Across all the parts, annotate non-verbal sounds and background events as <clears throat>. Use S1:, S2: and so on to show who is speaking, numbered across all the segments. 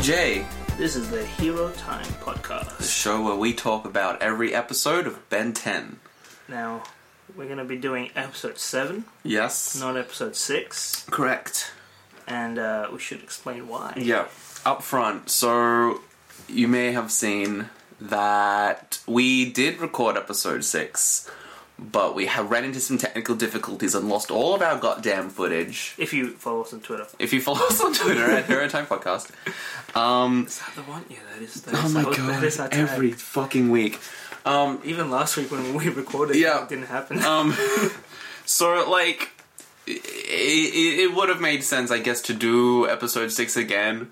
S1: Jay,
S2: This is the Hero Time
S1: the
S2: podcast.
S1: show where we talk about every episode of Ben 10.
S2: Now, we're going to be doing episode 7,
S1: Yes?
S2: not episode 6,
S1: Correct.
S2: and uh, we should explain why.
S1: Yeah. Up front, so you may have seen that we did record episode 6, but we have ran into some technical difficulties and lost all of our goddamn footage.
S2: If you follow us on Twitter.
S1: If you follow us on Twitter at Hero Time Podcast, um,
S2: I want you, that is, that
S1: oh
S2: is
S1: my
S2: our, that
S1: god,
S2: is our tag.
S1: every fucking week. Um,
S2: Even last week when we recorded,
S1: Yeah.
S2: it didn't happen.
S1: Um, so like, it, it, it would have made sense, I guess, to do episode six again.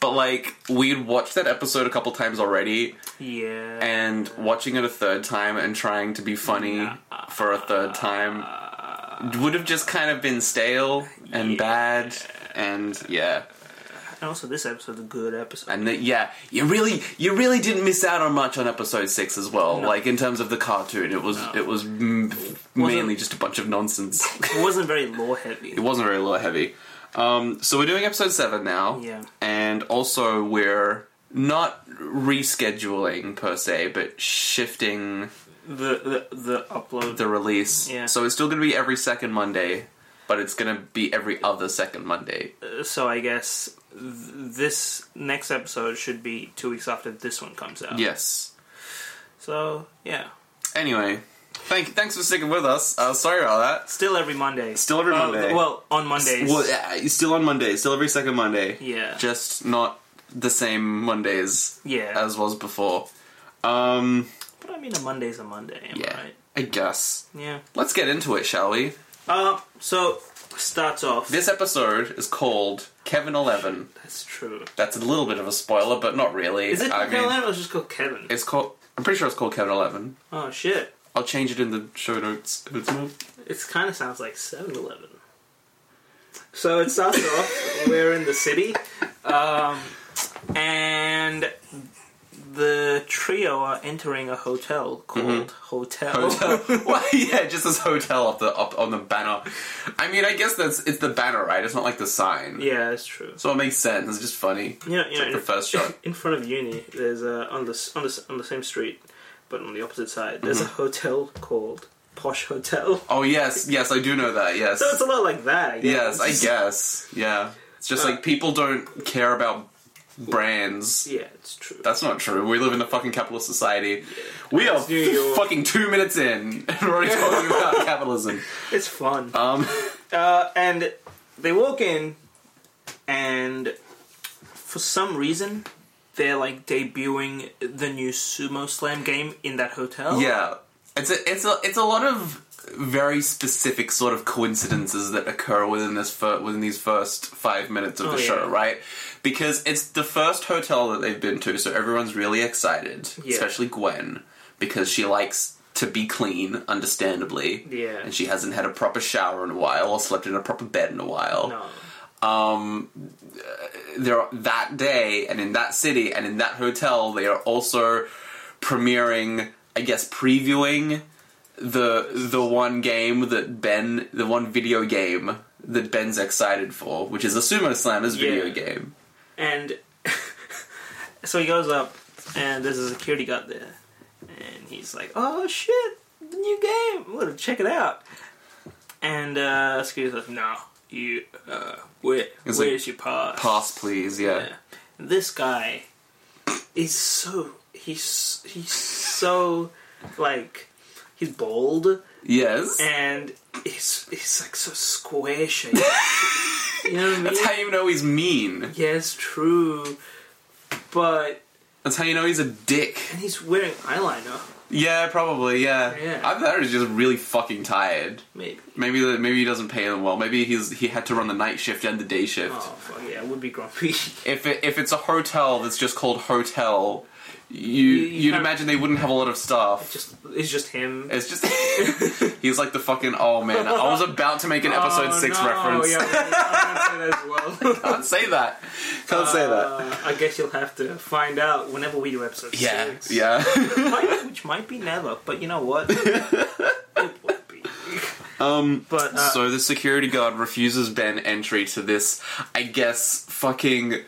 S1: But like, we'd watched that episode a couple times already,
S2: <laughs> yeah.
S1: and watching it a third time and trying to be funny for a third time would have just kind of been stale and
S2: Yeah.
S1: bad. And yeah,
S2: and also, this episode's a good episode.
S1: and the, yeah, you really, you really didn't miss out on much on episode six as well. Like in terms of the cartoon, it was, it was m- mainly just a bunch of nonsense. <laughs>
S2: it wasn't very lore heavy.
S1: It wasn't very lore heavy. Um, so we're doing episode seven now.
S2: Yeah.
S1: And also we're not rescheduling per se, but shifting
S2: The, the, the upload.
S1: the release.
S2: Yeah.
S1: So it's still going to be every second Monday, but it's going to be every other second Monday.
S2: so I guess th- this next episode should be two weeks after this one comes out.
S1: Yes.
S2: So yeah,
S1: Anyway, thank thanks for sticking with us. Uh, sorry about that.
S2: still every Monday.
S1: Still every
S2: Uh,
S1: Monday.
S2: well, on Mondays.
S1: Well, yeah, it's still on Monday. Still every second Monday.
S2: Yeah.
S1: Just not the same Mondays
S2: yeah.
S1: as was before. Um,
S2: but I mean, a Monday's a Monday. Am
S1: yeah.
S2: I right?
S1: I guess.
S2: Yeah.
S1: Let's get into it, shall we?
S2: Uh, so starts off.
S1: This episode is called Kevin Eleven.
S2: That's true.
S1: That's a little bit of a spoiler, but not really.
S2: Is it
S1: I
S2: Kevin
S1: mean,
S2: or just called Kevin?
S1: it's called. I'm pretty sure it's called Kevin Eleven.
S2: oh shit!
S1: I'll change it in the show notes. if it's not.
S2: It kind of sounds like 7-Eleven. So it <laughs> starts off. We're in the city, um, and the trio are entering a hotel called Mm-hmm. Hotel.
S1: Hotel. well, yeah, just this hotel up the up on the banner. I mean, I guess that's it's the banner, right? It's not like the
S2: <laughs>
S1: sign.
S2: yeah, that's true.
S1: So it makes sense. It's just funny.
S2: You know, you know,
S1: Like the
S2: in-
S1: first shot.
S2: in front of uni, there's a on the s- on the s- on the same street, but on the opposite side,
S1: Mm-hmm.
S2: there's a hotel called Posh Hotel. <laughs>
S1: Oh yes, yes, I do know that. Yes,
S2: So it's a lot like that. I guess.
S1: yes,
S2: <laughs>
S1: I guess. Yeah, it's
S2: Uh.
S1: just like people don't care about brands.
S2: Yeah, it's true.
S1: That's not true. We live in a fucking capitalist society. We are
S2: New York.
S1: fucking two minutes in, <laughs> and we're already talking about capitalism.
S2: it's fun.
S1: Um,
S2: Uh, and they walk in, and for some reason, they're like debuting the new Sumo Slam game in that hotel.
S1: yeah, it's a, it's a, it's a lot of very specific sort of coincidences that occur within this fir- within these first five minutes of
S2: Oh,
S1: the show,
S2: yeah.
S1: right? Because it's the first hotel that they've been to, so everyone's really excited,
S2: Yeah.
S1: especially Gwen, because she likes to be clean, understandably.
S2: Yeah.
S1: and she hasn't had a proper shower in a while or slept in a proper bed in a while.
S2: No.
S1: um, there that day and in that city and in that hotel they are also premiering i guess previewing the the one game that ben the one video game that ben's excited for which is a sumo slammers video
S2: Yeah.
S1: game
S2: And <laughs> so he goes up, and there's a security guard there, and he's like, "Oh shit, the new game! What? Check it out!" And uh, security guard's like, "No, you, uh, where,
S1: It's
S2: where's your pass?
S1: pass please yeah,
S2: Yeah. This guy is so he's he's so like he's bald
S1: yes
S2: and he's he's like so square shaped. you know what I mean?
S1: <laughs> that's how you know he's mean
S2: yes, true, but.
S1: that's how you know he's a dick
S2: And he's wearing eyeliner,
S1: yeah probably yeah,
S2: Yeah.
S1: i thought he was just really fucking tired
S2: maybe.
S1: maybe the, maybe he doesn't pay them well maybe he's he had to run the night shift and the day shift
S2: Oh, fuck yeah, I would be grumpy. <laughs>
S1: if it, if it's a hotel that's just called hotel, you,
S2: you
S1: you would
S2: can't-
S1: imagine they wouldn't have a lot of staff.
S2: just It's just him.
S1: It's just <laughs> he's like the fucking oh man. I was about to make an episode
S2: Oh,
S1: six
S2: no,
S1: reference.
S2: Yeah, I was gonna say that as well.
S1: <laughs>
S2: <laughs>
S1: Can't say that. Can't say that.
S2: Uh, I guess you'll have to find out whenever we do episode
S1: Yeah,
S2: six.
S1: yeah.
S2: Might- which might be never, but you know
S1: <laughs>
S2: what? it would be.
S1: Um,
S2: But uh,
S1: <laughs> so the security guard refuses Ben entry to this. I guess fucking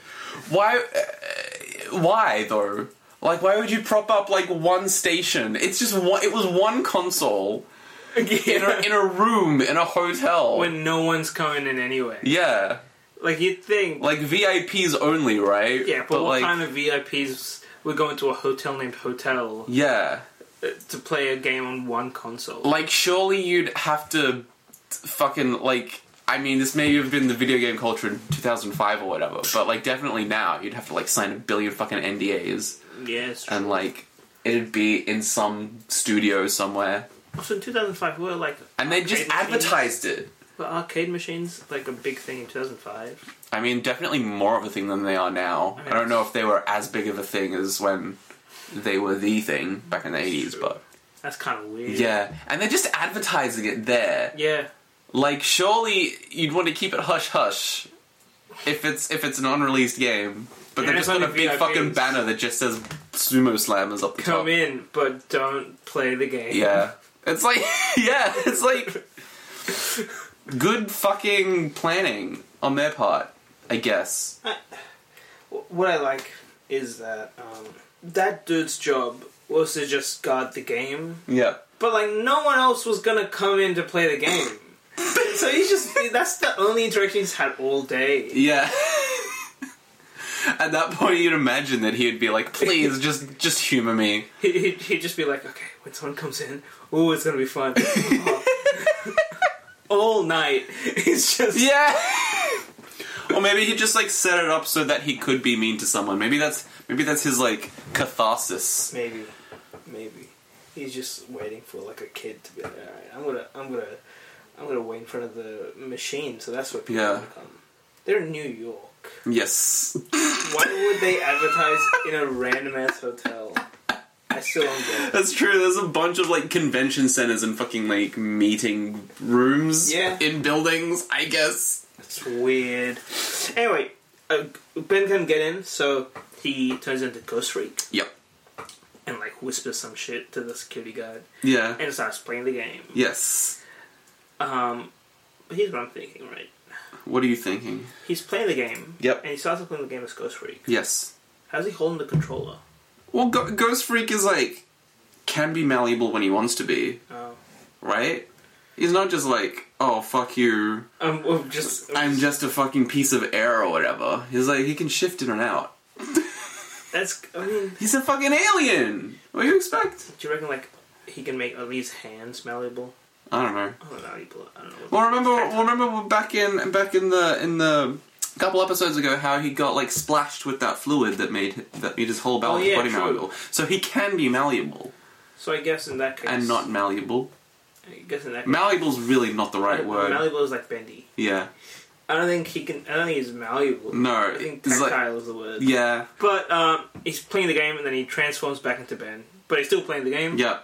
S1: why. uh, why though? Like, why would you prop up like one station? It's just one. It was one console
S2: <laughs>
S1: in a, in a room in a hotel.
S2: when no one's coming in anyway.
S1: yeah,
S2: Like you'd think,
S1: like VIPs only, right?
S2: yeah, but, what kind of VIPs would go into a hotel named Hotel
S1: yeah,
S2: uh, to play a game on one console?
S1: like surely you'd have to fucking like. I mean, this may have been the video game culture in 2005 or whatever, but like definitely now you'd have to like sign a billion fucking NDAs
S2: yes.
S1: and like it'd be in some studio somewhere.
S2: also, in 2005, we were like
S1: And they just
S2: Arcade machines.
S1: advertised it.
S2: were arcade machines like a big thing in 2005.
S1: I mean, definitely more of a thing than they are now. I,
S2: mean,
S1: don't know if they were as big of a thing as when they were the thing back in the 80s, but
S2: That's kind of weird.
S1: yeah. And they're just advertising it there.
S2: Yeah.
S1: Like, surely you'd want to keep it hush hush if it's if it's an unreleased game, but
S2: Yeah,
S1: they're
S2: it's
S1: just on a
S2: only
S1: big
S2: VIPs.
S1: fucking banner that just says Sumo Slammers up the
S2: Come
S1: top.
S2: in, but don't play the game.
S1: Yeah. It's like, <laughs> yeah, it's like good fucking planning on their part, I guess.
S2: What I like is that um, that dude's job was to just guard the game,
S1: Yeah.
S2: but like no one else was gonna come in to play the game. <laughs> so he's just that's the only interaction he's had all day.
S1: Yeah. <laughs> At that point, you'd imagine that he'd be like, "Please, just just humor me."
S2: <laughs> He, he'd, he'd just be like, okay, when someone comes in, ooh, it's gonna be fun. <laughs> all night, <laughs> it's just
S1: <laughs> Yeah. or maybe he just like set it up so that he could be mean to someone. Maybe that's maybe that's his like catharsis.
S2: Maybe, maybe he's just waiting for like a kid to be like, all right, I'm gonna, I'm gonna, I'm gonna wait in front of the machine. So that's what people
S1: Yeah.
S2: gonna come. They're in New York.
S1: Yes.
S2: Why would they advertise in a random ass hotel? I still don't get it.
S1: <laughs> That's true. There's a bunch of like convention centers and fucking like meeting rooms
S2: Yeah.
S1: in buildings, I guess.
S2: It's weird. Anyway, uh, Ben can get in, so he turns into Ghost Freak
S1: Yep.
S2: and like whispers some shit to the security guard
S1: Yeah.
S2: and starts playing the game.
S1: Yes.
S2: Um, but here's what I'm thinking, right?
S1: What are you thinking?
S2: He's playing the game.
S1: Yep.
S2: And he starts playing the game as Ghost Freak.
S1: Yes.
S2: How's he holding the controller?
S1: Well, Go- Ghost Freak is like can be malleable when he wants to be.
S2: Oh.
S1: right? He's not just like, oh fuck you,
S2: I'm, I'm just.
S1: I'm just a fucking piece of air or whatever. He's like, he can shift in and out.
S2: That's. I mean,
S1: He's a fucking alien. What do you expect?
S2: do you reckon like he can make Ali's hands malleable?
S1: I don't know.
S2: I don't know. how you pull it- I don't know.
S1: Well, remember, well, remember back in back in the in the a couple episodes ago how he got like splashed with that fluid that made that made his whole ball-
S2: Oh, yeah,
S1: body
S2: true.
S1: malleable. So he can be malleable
S2: so I guess in that case,
S1: and not malleable.
S2: I guess in that case,
S1: Malleable's really not the right word.
S2: malleable is like bendy.
S1: yeah.
S2: I don't think he can. I don't think he's malleable.
S1: No,
S2: I think
S1: it's
S2: tactile
S1: like-
S2: is the word.
S1: Yeah.
S2: But um, he's playing the game and then he transforms back into Ben. But he's still playing the game.
S1: Yeah.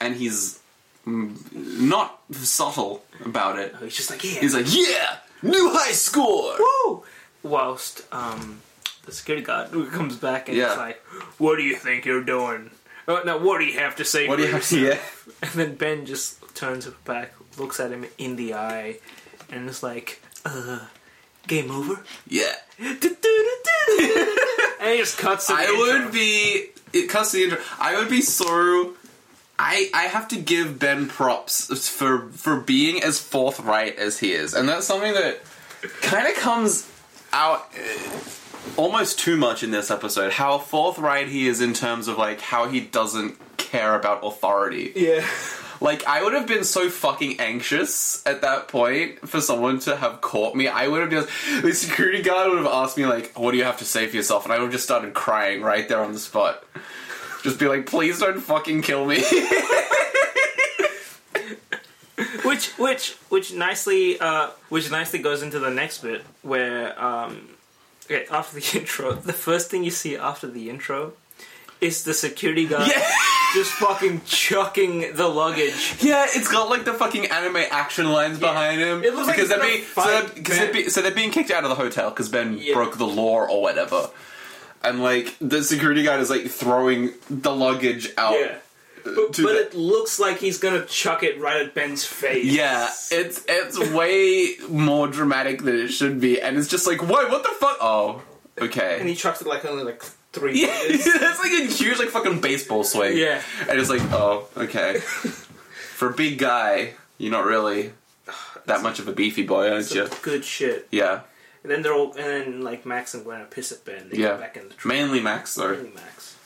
S1: And he's mm, not subtle about it.
S2: Oh, He's just like yeah.
S1: He's like, yeah, new high score.
S2: Woo! Whilst um, the security guard <laughs> comes back and
S1: Yeah.
S2: it's like, "What do you think you're doing? Uh, now, what do you have to say?"
S1: What do you
S2: for
S1: have to?
S2: yourself?"
S1: Yeah,
S2: And then Ben just turns back, looks at him in the eye, and is like, "Uh, game
S1: <laughs>
S2: over." <laughs>
S1: yeah.
S2: and he just cuts. to The
S1: I
S2: intro.
S1: would be. It cuts the intro. I would be so. I I have to give Ben props for for being as forthright as he is, and that's something that kind of comes out uh, almost too much in this episode. How forthright he is in terms of like how he doesn't care about authority.
S2: Yeah.
S1: Like, I would have been so fucking anxious at that point for someone to have caught me. I would have just. The security guard would have asked me, like, what do you have to say for yourself? And I would have just started crying right there on the spot. Just be like, please don't fucking kill me. <laughs>
S2: Which, which, which nicely, uh, which nicely goes into the next bit where, um, okay, after the <laughs> intro, the first thing you see after the intro is the security guard
S1: yeah.
S2: <laughs> just fucking chucking the luggage.
S1: yeah, it's got like the fucking anime action lines behind him.
S2: It looks like he's
S1: because they're
S2: gonna
S1: being, so, they're,
S2: fight
S1: because they're
S2: Ben.
S1: be, so they're being kicked out of the hotel because Ben
S2: Yeah.
S1: broke the law or whatever. And like, the security guard is like throwing the luggage out.
S2: But,
S1: To
S2: but
S1: the-
S2: it looks like he's gonna chuck it right at Ben's face.
S1: Yeah, it's it's way more dramatic than it should be, and it's just like, whoa, what the fuck? Oh,
S2: and
S1: okay. <laughs>
S2: he chucks it like only like three
S1: Yeah, <laughs>
S2: years.
S1: that's like a huge like fucking baseball swing.
S2: Yeah.
S1: and it's like, oh,
S2: <laughs>
S1: okay. For a big guy, you're not really that much of a beefy boy, aren't you?
S2: Some good shit.
S1: Yeah,
S2: And then they're all, and then like Max and Glenn are pissed at Ben. They
S1: yeah.
S2: get back in the truck.
S1: Mainly Max, though.
S2: Really, Max.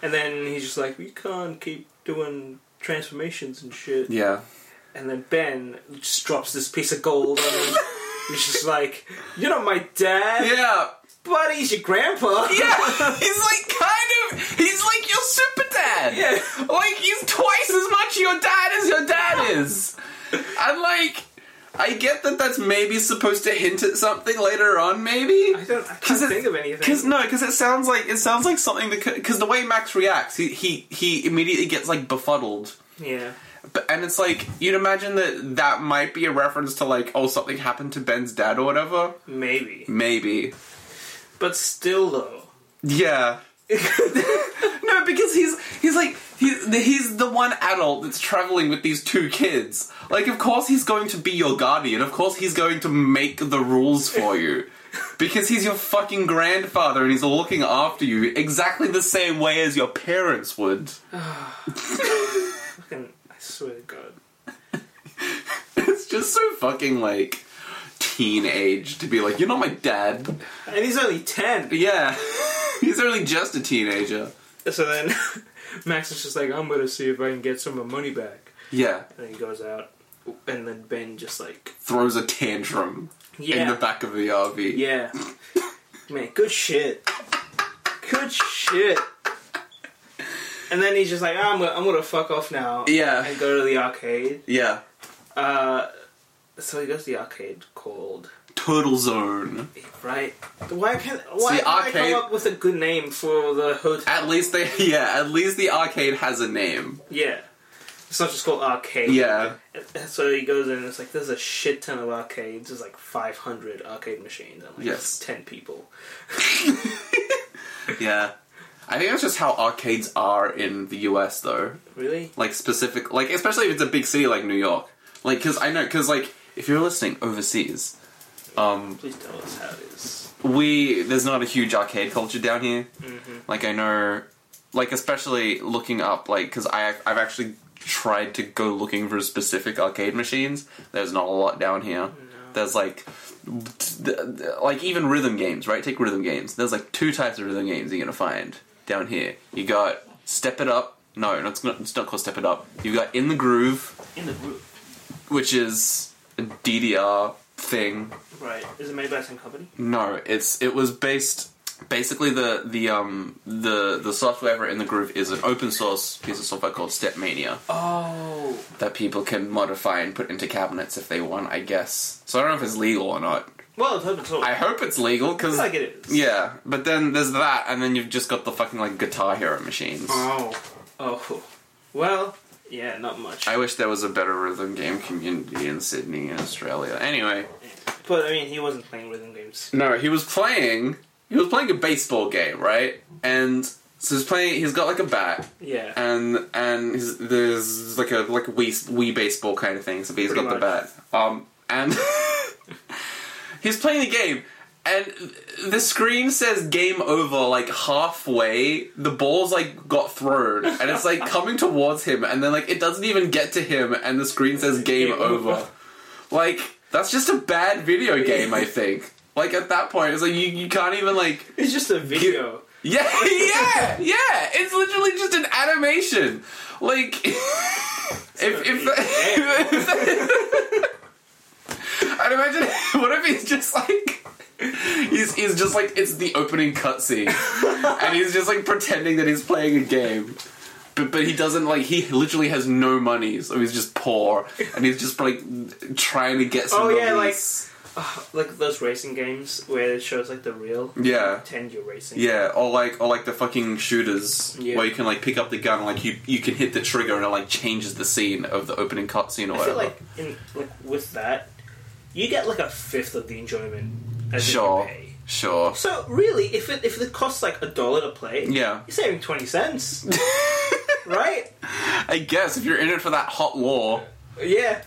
S2: And then he's just like, we can't keep doing transformations and shit.
S1: Yeah,
S2: And then Ben just drops this piece of gold on
S1: <laughs>
S2: him. He's just like, you're not my dad,
S1: yeah,
S2: but he's your grandpa. <laughs>
S1: yeah. he's like kind of. He's like your super dad.
S2: Yeah.
S1: like he's twice as much your dad as
S2: <laughs>
S1: your dad is. I'm like. I get that that's maybe supposed to hint at something later on, maybe.
S2: I don't. I can't
S1: <laughs> 'Cause it-
S2: think of anything.
S1: Because no, because it sounds like it sounds like something that because the way Max reacts, he he he immediately gets like befuddled,
S2: yeah.
S1: but and it's like you'd imagine that that might be a reference to like oh something happened to Ben's dad or whatever.
S2: Maybe.
S1: Maybe,
S2: But still, though.
S1: yeah. <laughs> no, because he's he's like he's he's the one adult that's traveling with these two kids. Like, of course he's going to be your guardian. Of course he's going to make the rules for you. Because he's your fucking grandfather and he's looking after you exactly the same way as your parents would. <laughs>
S2: Fucking, I swear to God.
S1: It's just so fucking like teenage to be like, you're not my dad.
S2: And he's only 10.
S1: Yeah. <laughs> he's only just a teenager.
S2: So then <laughs> Max is just like, I'm gonna see if I can get some of my money back.
S1: Yeah.
S2: And then he goes out. And then Ben just like,
S1: Throws a tantrum in
S2: yeah.
S1: the back of the RV.
S2: Yeah. Man, good shit. Good shit. And then he's just like, "Ah, I'm, gonna, I'm gonna fuck off now.
S1: Yeah.
S2: And go to the arcade.
S1: Yeah.
S2: Uh, so he goes to the arcade called.
S1: Turtle Zone.
S2: Right? Why can't, why
S1: See,
S2: can't I
S1: arcade-
S2: come up with a good name for the hotel?
S1: At least they, <laughs> yeah, at least the arcade has a name.
S2: Yeah. It's not just called arcade.
S1: Yeah.
S2: So he goes in and it's like, there's a shit ton of arcades. There's like 500 arcade machines and like
S1: Yes.
S2: 10 people.
S1: Yeah. I think that's just how arcades are in the US though.
S2: Really?
S1: Like specific, like especially if it's a big city like New York. Like, cause I know, cause like, if you're listening overseas, um,
S2: Please tell us how it is.
S1: we there's not a huge arcade culture down here. Like I know, like especially looking up, like because I I've actually tried to go looking for specific arcade machines. There's not a lot down here. There's like. t- th- th- Like even rhythm games, right? Take rhythm games. There's like two types of rhythm games you're gonna find down here. You got Step It Up. No, no, it's not. It's not called Step It Up. You got In the Groove,
S2: In the group.
S1: which is a DDR thing
S2: Right. Is it made by the same company?
S1: No, it's it was based basically the the um the the software in the groove is an open source piece of software called Stepmania
S2: Oh.
S1: that people can modify and put into cabinets if they want, I guess. So I don't know if it's legal or not.
S2: Well, it's open source.
S1: I
S2: I
S1: hope it's legal because
S2: feel like it is.
S1: yeah, but then there's that, and then you've just got the fucking like Guitar Hero machines.
S2: Oh. Oh. Well, yeah, not much.
S1: I wish there was a better rhythm game community in Sydney and Australia. Anyway,
S2: but I mean, he wasn't playing rhythm games.
S1: No, he was playing. He was playing a baseball game, right? And so he's playing. He's got like a bat,
S2: Yeah.
S1: and and he's, there's like a like a wee wee baseball kind of thing. So he's
S2: Pretty
S1: got the
S2: much.
S1: bat. Um, and <laughs> he's playing the game, and the screen says game over. Like halfway, the ball's like got thrown, and it's like coming towards him, and then like it doesn't even get to him, and the screen says game,
S2: Game
S1: over.
S2: over.
S1: Like that's just a bad video game, I think. Like at that point, it's like you, you can't even like
S2: <laughs> It's just a video.
S1: yeah, <laughs> yeah, yeah. It's literally just an animation. Like, <laughs> if if, <laughs> I'd imagine. <laughs> What if he's just like. He's, he's just like it's the opening cutscene, and he's just like pretending that he's playing a game, but but he doesn't like he literally has no money, so he's just poor, and he's just like trying to get some.
S2: Oh, yeah, like-
S1: release.
S2: Like those racing games where it shows like the real
S1: yeah,
S2: pretend you're racing.
S1: Yeah, or like or like the fucking shooters
S2: Yeah.
S1: where you can like pick up the gun, like you you can hit the trigger and it like changes the scene of the opening cutscene or
S2: I feel
S1: whatever.
S2: like in like with that, you get like a fifth of the enjoyment as if
S1: sure,
S2: you pay.
S1: sure.
S2: So really, if it if it costs like a dollar to play, <laughs>
S1: Yeah,
S2: you're saving twenty cents, right?
S1: I guess if you're in it for that hot law,
S2: Yeah,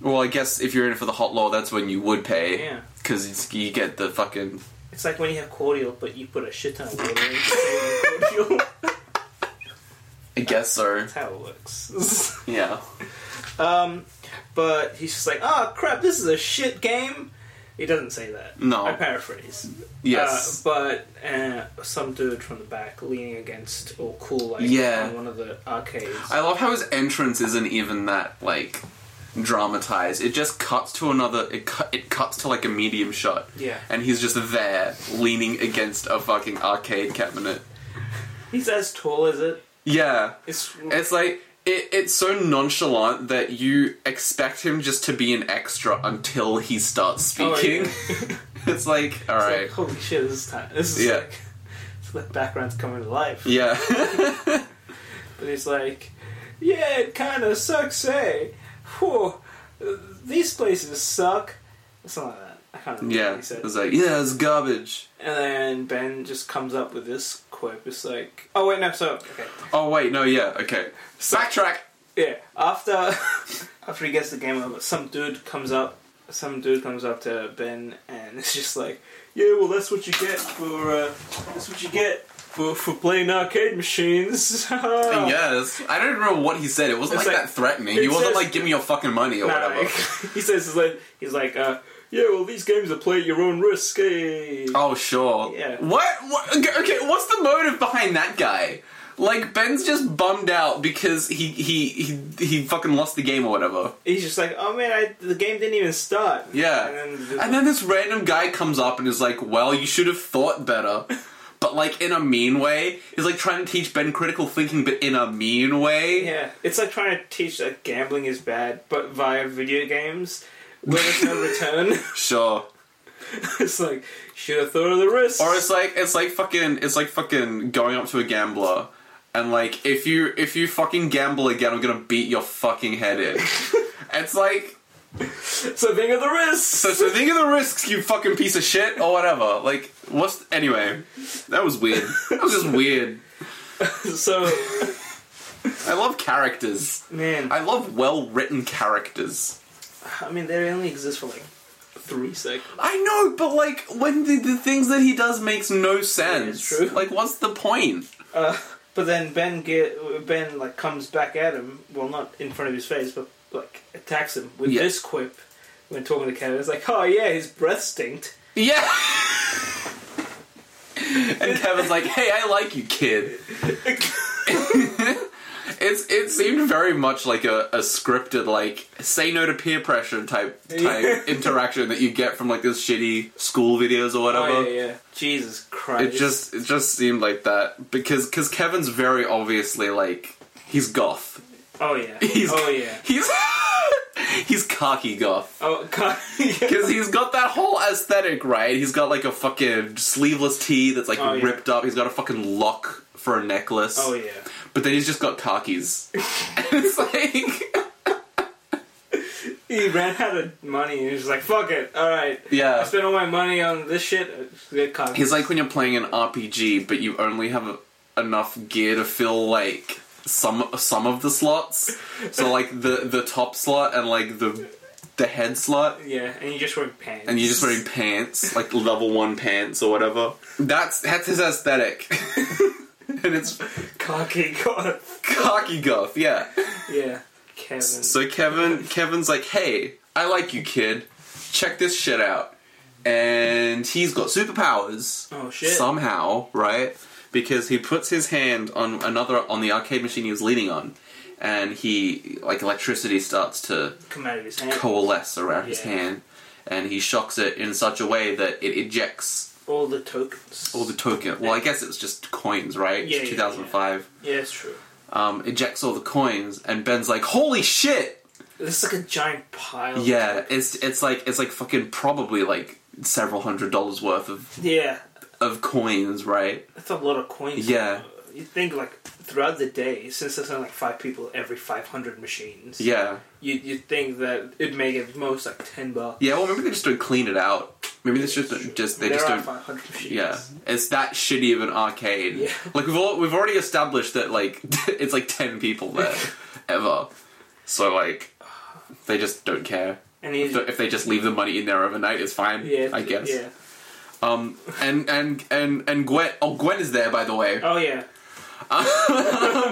S1: well, I guess if you're in it for the hot law, that's when you would pay
S2: yeah.
S1: because you get the fucking
S2: It's like when you have cordial, but you put a shit ton of water in the cordial.
S1: <laughs>
S2: That's
S1: I guess so.
S2: how it works.
S1: Yeah.
S2: um, but he's just like, oh crap, this is a shit game. He doesn't say that.
S1: No.
S2: I paraphrase.
S1: Yes.
S2: Uh, but uh, some dude from the back leaning against or cool like
S1: Yeah.
S2: on one of the arcades.
S1: I love how his entrance isn't even that like dramatized. It just cuts to another. It cu- it cuts to like a medium shot.
S2: Yeah.
S1: And he's just there, leaning against a fucking arcade cabinet.
S2: he's as tall as it.
S1: Yeah.
S2: It's
S1: It's like it, it's so nonchalant that you expect him just to be an extra until he starts
S2: Oh, <laughs>
S1: speaking. <laughs>
S2: yeah.
S1: it's like all
S2: It's
S1: right,
S2: like, holy shit, this is time. This is
S1: Yeah.
S2: like, <laughs> it's like background's coming to life. <laughs>
S1: <laughs> yeah.
S2: But he's like, yeah, it kind of sucks, eh? Whew, uh, these places suck. Something like that. I can't remember
S1: yeah.
S2: what he said.
S1: It's like yeah, it's garbage.
S2: And then Ben just comes up with this quote. It's like, oh wait, no, so okay,
S1: Oh wait, no, yeah, okay. Backtrack.
S2: yeah. After <laughs> after he gets the game over, some dude comes up. Some dude comes up to Ben and it's just like, yeah, well, that's what you get for uh, that's what you get for for playing arcade machines. <laughs>
S1: Yes, I don't remember what he said. It wasn't
S2: Oh. It's
S1: like,
S2: like-
S1: that threatening.
S2: it
S1: He wasn't
S2: says-
S1: like, "Give me your fucking money" or
S2: Nah,
S1: whatever.
S2: like, <laughs> he says he's like he's like uh, yeah well these games are played at your own risk eh?
S1: Oh, sure.
S2: Yeah.
S1: What? what? okay, Okay. What's the motive behind that guy? Like Ben's just bummed out because he he he, he fucking lost the game or whatever.
S2: he's just like oh man I, the game didn't even start
S1: Yeah.
S2: and then,
S1: And then this random guy comes up and is like, "Well, you should have
S2: <laughs>
S1: thought better." But like in a mean way, he's like trying to teach Ben critical thinking, but in a mean way.
S2: yeah it's like trying to teach that gambling is bad but via video games where there's no return
S1: <laughs>
S2: <laughs>
S1: Sure.
S2: it's like should have thought of the risk
S1: Or it's like it's like fucking it's like fucking going up to a gambler and like if you if you fucking gamble again I'm gonna beat your fucking head
S2: <laughs>
S1: in. it's like
S2: so think of the risk
S1: so so think of the risks you fucking piece of shit or whatever. Like what's anyway. That was weird. That was just weird. <laughs>
S2: so
S1: I love characters.
S2: man I,
S1: I love well written characters.
S2: mean they only exist for like three seconds
S1: I know, but like when the, the things that he does makes no sense.
S2: true.
S1: Like what's the point?
S2: uh, <laughs> but then Ben get Ben like comes back at him well not in front of his face but like attacks him with
S1: Yeah.
S2: this quip when talking to Kevin it's like oh yeah his breath stinked
S1: Yeah. and Kevin's like, "Hey, I like you, kid." it's it seemed very much like a, a scripted like say no to peer pressure type
S2: Yeah.
S1: type interaction that you get from like those shitty school videos or whatever.
S2: oh yeah yeah Jesus Christ
S1: It just it just seemed like that because because Kevin's very obviously like he's goth.
S2: oh yeah
S1: <laughs> He's
S2: oh yeah
S1: He's <laughs> he's cocky goth.
S2: oh <laughs>
S1: <laughs>
S2: God
S1: Because he's got that whole aesthetic, right? He's got like a fucking sleeveless tee that's like
S2: Oh, yeah.
S1: ripped up. He's got a fucking lock for a necklace.
S2: oh yeah
S1: But then he's just
S2: <laughs>
S1: got khakis. and it's like,
S2: he ran out of money and he was like fuck it all right I
S1: yeah.
S2: spent all my money on this shit uh, get caught.
S1: He's like when you're playing an RPG, but you only have enough gear to fill like some some of the slots. So like the the top slot and like the the head slot.
S2: yeah and you just wearing pants
S1: And you're just wearing pants, like level one pants or whatever. That's that's his aesthetic. <laughs> and it's
S2: <laughs> cocky god
S1: cocky goth, yeah.
S2: yeah Kevin
S1: So Kevin, Kevin's like, "Hey, I like you, kid. Check this shit out." And he's got superpowers.
S2: Oh, shit.
S1: Somehow, right? Because he puts his hand on another on the arcade machine he was leaning on, and he like electricity starts to
S2: come out of his hand
S1: coalesce around his
S2: Yeah.
S1: hand, and he shocks it in such a way that it ejects
S2: all the tokens
S1: all the token. Well, I guess it's just coins, right?
S2: Yeah, yeah, yeah.
S1: Two thousand five.
S2: yeah it's true
S1: Um, ejects all the coins, and Ben's like, "Holy shit!"
S2: It's like a giant pile. of-
S1: Yeah, it's it's like it's like fucking probably like several hundred dollars worth of
S2: Yeah.
S1: of coins, right?
S2: That's a lot of coins.
S1: Yeah.
S2: You think, like, throughout the day, since there's only, like, five people every 500 machines,
S1: Yeah,
S2: you, you'd think that it'd make at most, like, 10 bucks.
S1: yeah. Well, maybe they just don't clean it out. Maybe it's just just they
S2: there
S1: just
S2: are
S1: don't.
S2: 500 machines.
S1: Yeah, it's that shitty of an arcade.
S2: Yeah.
S1: Like we've all, we've already established that like <laughs> it's like ten people
S2: <laughs>
S1: there ever, so like they just don't care.
S2: And he's.
S1: If they just leave the money in there overnight, it's fine.
S2: yeah,
S1: I guess.
S2: Yeah.
S1: Um, and and and and Gwen. Oh, Gwen is there by the
S2: <laughs>
S1: way.
S2: Oh yeah,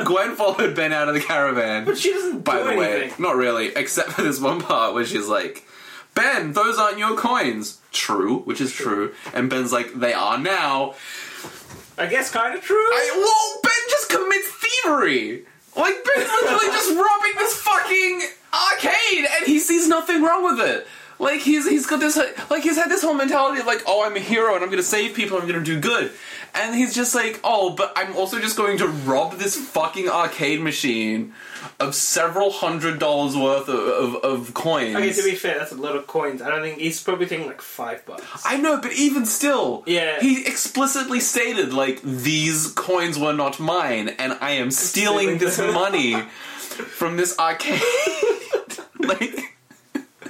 S1: Gwen followed Ben out of the caravan.
S2: but she doesn't
S1: <laughs> by
S2: do
S1: the
S2: anything.
S1: way, not really, except for this one part where she's like, "Ben, those aren't your coins." True, which is true. And Ben's like, "They are now."
S2: I guess kind of true.
S1: I, whoa, Ben just commits thievery. Like Ben's literally just robbing this fucking arcade, and he sees nothing wrong with it. Like he's he's got this like he's had this whole mentality of like, "Oh, I'm a hero, and I'm gonna save people, I'm gonna do good." And he's just like, "Oh, but I'm also just going to rob this fucking arcade machine of several hundred dollars worth of, of, of coins."
S2: okay, to be fair, that's a lot of coins. I don't think he's probably thinking like five bucks.
S1: I know, but even still,
S2: Yeah.
S1: he explicitly stated like these coins were not mine, and I am
S2: Stealing
S1: stealing this
S2: them.
S1: money from this arcade. <laughs> like, <laughs>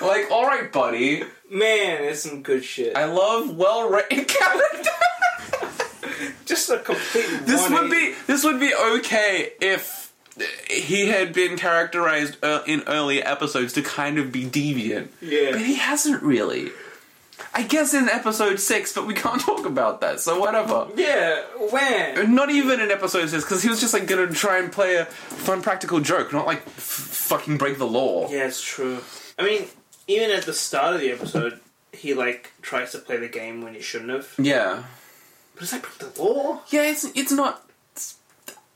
S1: like, all right, buddy.
S2: Man, it's some good shit.
S1: I love well-written <laughs> character.
S2: Just a complete.
S1: This would
S2: 180.
S1: be this would be okay if he had been characterized uh, in earlier episodes to kind of be deviant.
S2: Yeah.
S1: But he hasn't really. I guess in episode six, but we can't <laughs> talk about that, so whatever.
S2: Yeah, when?
S1: Not even in episode six, because he was just like gonna try and play a fun practical joke, not like f- fucking break the law.
S2: Yeah, it's true. I mean, even at the start of the episode, he like tries to play the game when he shouldn't have.
S1: Yeah.
S2: But it's like broke the law.
S1: Yeah, it's it's not.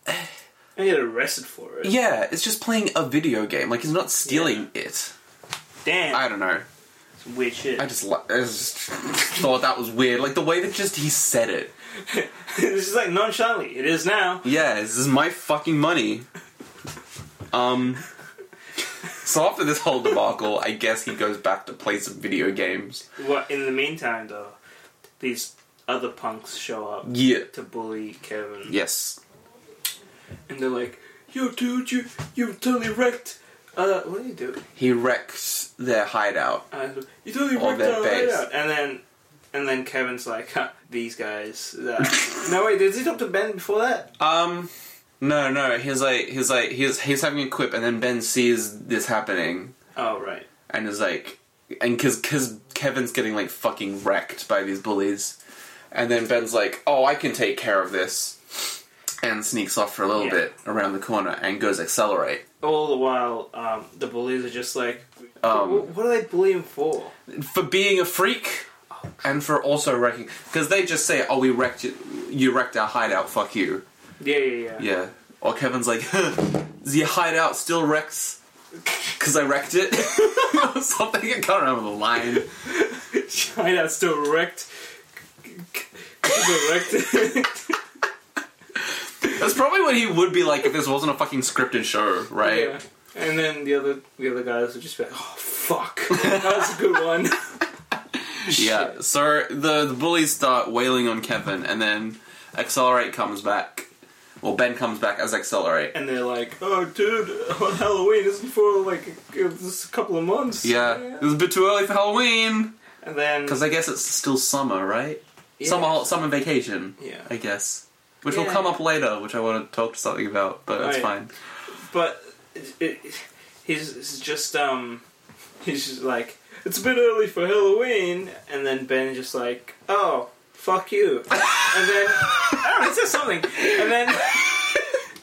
S2: And he get arrested for it.
S1: Yeah, it's just playing a video game. Like he's not stealing it.
S2: Damn,
S1: I don't know.
S2: it's weird shit. <laughs>
S1: I just, li- I just <laughs> thought that was weird. Like the way that just he said it.
S2: this is like nonchalantly. It is now.
S1: Yeah, this is my fucking money. Um. So after this whole debacle, I guess he goes back to play some video games.
S2: What in the meantime though, these other punks show up
S1: Yeah.
S2: to bully Kevin.
S1: Yes.
S2: And they're like, "Yo, dude, you you totally wrecked." Uh, what do you do?
S1: He wrecks their hideout.
S2: Uh, you totally
S1: All
S2: wrecked
S1: their
S2: our
S1: base.
S2: hideout. And then, and then Kevin's like, huh, "These guys." uh, <laughs> no wait, did he talk to Ben before that?
S1: Um. No, no. He's like, he's like, he's he's having a quip, and then Ben sees this happening,
S2: Oh right.
S1: and is like, and because because Kevin's getting like fucking wrecked by these bullies, and then Ben's like, oh, I can take care of this, and sneaks off for a little
S2: Yeah.
S1: bit around the corner and goes accelerate.
S2: All the while, um, the bullies are just like,
S1: Um,
S2: "Wh- "What are they bullying for?"
S1: for being a freak and for also wrecking because they just say oh we wrecked you you wrecked our hideout fuck you
S2: Yeah, yeah, yeah.
S1: yeah or kevin's like <laughs> huh, is your hideout still wrecks because i wrecked it <laughs> or something i can't remember the line
S2: <laughs> Hideout still wrecked. Still <laughs> wrecked.
S1: that's probably what he would be like if this wasn't a fucking scripted show right
S2: Yeah. <laughs> And then the other the other guys would just be like, "Oh
S1: <laughs>
S2: fuck, that was a good one." <laughs>
S1: Yeah,
S2: Shit.
S1: so the, the bullies start wailing on kevin and then accelerate comes back well ben comes back as accelerate
S2: And they're like, "Oh, dude, on Halloween isn't for like a, just a couple of months."
S1: yeah it was a bit too early for halloween
S2: And then
S1: Because I guess it's still summer, right?
S2: Yeah.
S1: Summer summer vacation.
S2: Yeah.
S1: I guess. Which will
S2: Yeah.
S1: come up later, which I want to talk something about, but that's
S2: Right.
S1: fine.
S2: but it, it, he's, he's just um, <laughs> he's just like, "It's a bit early for Halloween," and then Ben just like, "Oh, fuck you," and then I don't know, he says something, and then.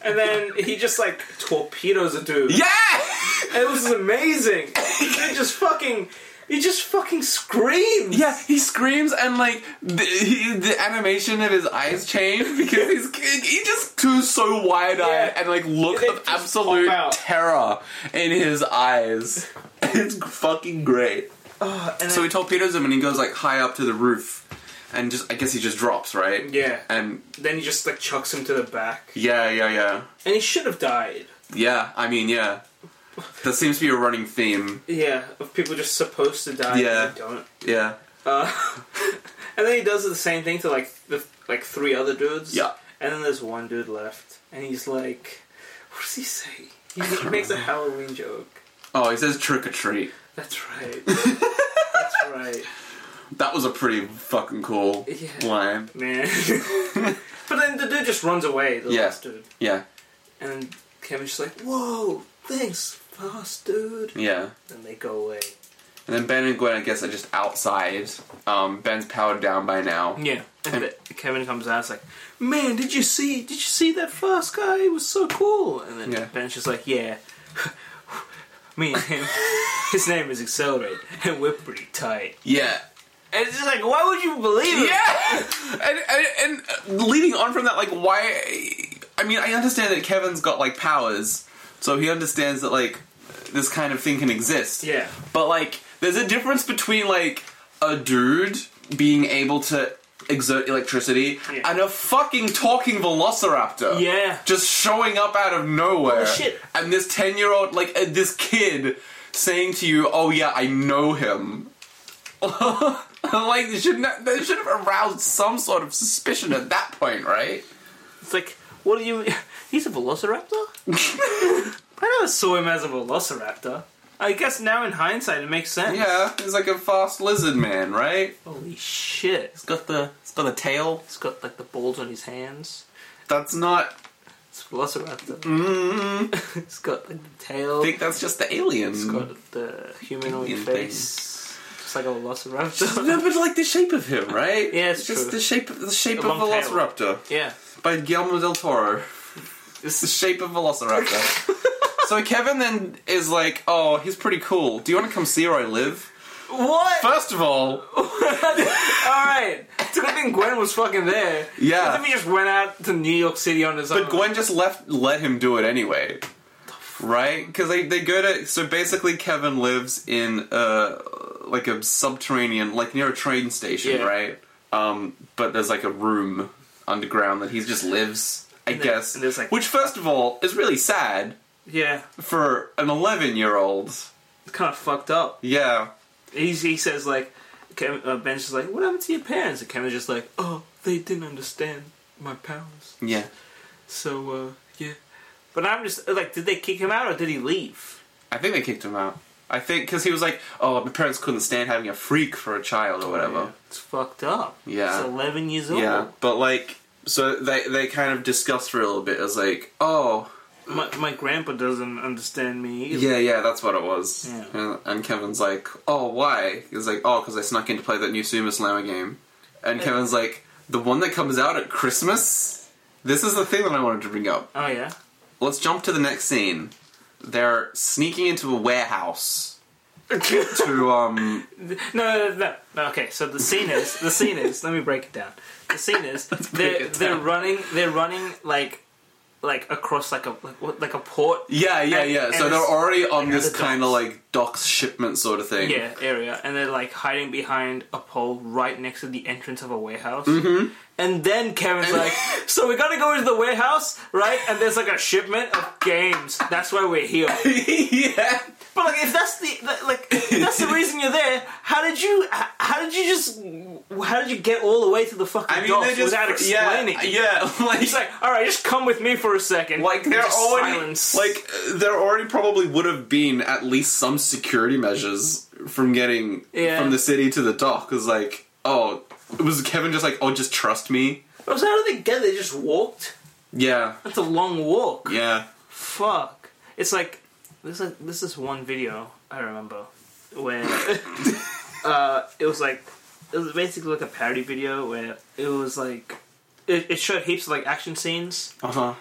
S2: And then he just like torpedoes a dude.
S1: Yeah! <laughs>
S2: And it was amazing. He just fucking, he just fucking screams.
S1: Yeah, he screams and like the, he, the animation of his eyes change because he's he just too so wide
S2: Yeah.
S1: eyed and like look
S2: They
S1: of
S2: just
S1: absolute
S2: pop out.
S1: terror in his eyes. <laughs> It's fucking great.
S2: Oh, and
S1: So he
S2: then,
S1: torpedoes him and he goes like high up to the roof, and just I guess he just drops right.
S2: yeah.
S1: And
S2: Then he just like chucks him to the back,
S1: yeah, yeah, yeah.
S2: and he should have died.
S1: Yeah, I mean, yeah. That seems to be a running theme.
S2: Yeah, of people just supposed to die.
S1: Yeah.
S2: and they don't.
S1: Yeah.
S2: Uh, <laughs> and then he does the same thing to like the like three other dudes.
S1: Yeah.
S2: And then there's one dude left, and he's like, "What does he say?"
S1: <laughs>
S2: He makes a Halloween joke.
S1: Oh, he says trick or treat.
S2: That's
S1: <laughs>
S2: right. That's right.
S1: That was a pretty fucking cool
S2: Yeah.
S1: line. <laughs>
S2: Man. but then the dude just runs away, the
S1: Yeah.
S2: last dude.
S1: Yeah,
S2: And then Kevin's just like, whoa, thanks, fast dude.
S1: yeah.
S2: And they go away.
S1: And then Ben and Gwen, I guess, are just outside. Um, Ben's powered down by now.
S2: Yeah. And Be- Kevin comes out. It's like, man, did you see? Did you see that first guy? It was so cool. And then
S1: Yeah.
S2: Ben's just like, yeah. <laughs> Me and him. <laughs> His name is Accelerate, and we're pretty tight.
S1: Yeah.
S2: And it's just like, why would you believe it?
S1: Yeah. and, and and leading on from that, like, why? I mean, I understand that Kevin's got like powers, so he understands that like this kind of thing can exist.
S2: Yeah.
S1: But like, there's a difference between like a dude being able to exert electricity
S2: Yeah.
S1: and a fucking talking velociraptor.
S2: Yeah.
S1: Just showing up out of nowhere.
S2: shit.
S1: And this 10 year old, like, uh, this kid saying to you, oh yeah, I know him. <laughs> like, they should, not, they should have aroused some sort of suspicion at that point, right?
S2: It's like, what do you? <laughs> He's a velociraptor. <laughs> I never saw him as a velociraptor. I guess now in hindsight it makes sense.
S1: Yeah, he's like a fast lizard man, right?
S2: Holy shit! It's
S1: He's got the, he's got the tail.
S2: It's got like the balls on his hands.
S1: That's not,
S2: It's a velociraptor.
S1: mm,
S2: <laughs>
S1: I
S2: It's got like the tail.
S1: think that's just the alien.
S2: It's got the humanoid
S1: Alien
S2: face. Just like a
S1: <laughs> No, <laughs>
S2: velociraptor.
S1: but like the shape of him, right?
S2: Yeah, it's
S1: just
S2: true.
S1: the shape, the shape
S2: The
S1: of
S2: long tail.
S1: Velociraptor
S2: yeah.
S1: by Guillermo del Toro. It's the shape of
S2: <laughs>
S1: Velociraptor. so Kevin then is like, "Oh, he's pretty cool. Do you want to come see where I live?"
S2: What?
S1: First of all,
S2: Alright. It's a good thing Gwen was fucking there.
S1: Yeah.
S2: Good thing he just went out to New York City on his own.
S1: but Gwen just left, let him do it anyway, right? Because they they go to so basically Kevin lives in uh like a subterranean, like near a train station,
S2: Yeah.
S1: right? Um, but there's like a room underground that he just lives. I
S2: And there-
S1: guess,
S2: and there's, like-
S1: which first of all is really sad
S2: Yeah.
S1: for an 11 year old.
S2: It's kind of fucked up.
S1: Yeah,
S2: He's, he says, like, Kevin, uh, Ben's just like, what happened to your parents? And Kevin's just like, oh, they didn't understand my powers.
S1: yeah.
S2: So, uh, yeah. But I'm just, like, did they kick him out or did he leave?
S1: I think they kicked him out. I think because he was like, "Oh, my parents couldn't stand having a freak for a child or whatever."
S2: It's fucked up.
S1: Yeah.
S2: He's 11 years
S1: Yeah,
S2: old.
S1: but like, so they they kind of discussed for a little bit as like, "Oh,
S2: My, my grandpa doesn't understand me either.
S1: yeah, yeah, that's what it was."
S2: Yeah.
S1: And, and Kevin's like, "Oh, why?" He's like, "Oh, because I snuck in to play that new Sumo Slammer game," and Kevin's like, "The one that comes out at Christmas." This is the thing that I wanted to bring up.
S2: Oh, yeah? <laughs>
S1: Let's jump to the next scene. They're sneaking into a warehouse. to um
S2: no, no, no, no. Okay, so the scene is the scene is. let me break it down. The scene
S1: <laughs>
S2: is
S1: break
S2: they're
S1: it
S2: they're
S1: down.
S2: running they're running like like across like a like, what- like a port
S1: yeah yeah
S2: And-
S1: yeah
S2: and
S1: so they're
S2: it's-
S1: already on
S2: and
S1: this
S2: the
S1: kind of
S2: docks.
S1: like docks shipment sort of thing
S2: yeah area, and they're like hiding behind a pole right next to the entrance of a warehouse.
S1: Mm-hmm.
S2: And then Kevin's like, "So we gotta go into the warehouse, right?" And there's like a shipment of games. That's why we're here.
S1: <laughs> yeah
S2: But like, if that's the that- like, if that's
S1: <laughs>
S2: the reason you're there. How did you? h- How did you just? How did you get all the way to the fucking
S1: I mean
S2: docks
S1: they're just
S2: without explaining?
S1: yeah, yeah <laughs> like
S2: He's like, all right, just come with me for a second.
S1: like
S2: And
S1: they're
S2: just
S1: already
S2: silence.
S1: like there already probably would have been at least some security measures from getting
S2: Yeah.
S1: from the city to the dock is like oh was Kevin just like oh just trust me
S2: Also, how did they get? They just walked.
S1: yeah
S2: That's a long walk.
S1: yeah
S2: <laughs> Fuck. It's like this. Is, this is one video I remember
S1: <laughs>
S2: where uh, it was like it was basically like a parody video where it was like it, it showed heaps of like action scenes.
S1: uh huh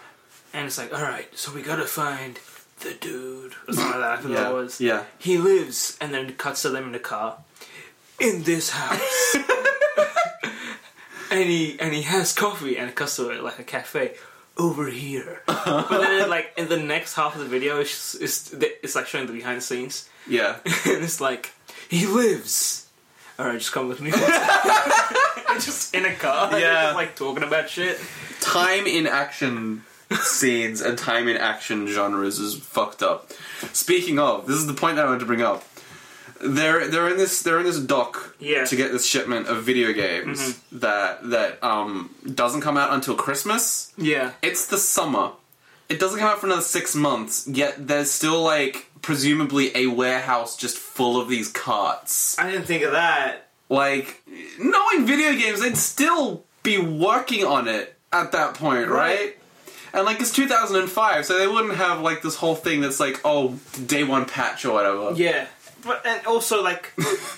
S2: And it's like, all right, so we gotta find the
S1: <laughs>
S2: dude. Or something like that. I forgot
S1: yeah
S2: what it was.
S1: yeah
S2: He lives, and then it cuts to them in the car. In this house.
S1: <laughs>
S2: and he and he has coffee, and it cuts to like a cafe. Over here, but
S1: <laughs>
S2: then like in the next half of the video, it's, it's it's like showing the behind the
S1: <laughs>
S2: scenes,
S1: yeah
S2: and it's like he lives. All right, just come with
S1: <laughs>
S2: me. <laughs> and just in a car, and
S1: Yeah.
S2: just, like talking about shit.
S1: time in action scenes and time in action genres is fucked up. Speaking of, this is the point that I wanted to bring up. They're they're in this they're in this dock
S2: Yeah.
S1: to get this shipment of video games that that um doesn't come out until Christmas.
S2: Yeah,
S1: It's the summer. It doesn't come out for another six months. Yet there's still like presumably a warehouse just full of these carts.
S2: I didn't think of that.
S1: Like knowing video games, they'd still be working on it at that point, right?
S2: Right.
S1: And like it's 2005, so they wouldn't have like this whole thing that's like, oh, day one patch or whatever.
S2: Yeah. But and also
S1: <laughs>
S2: like,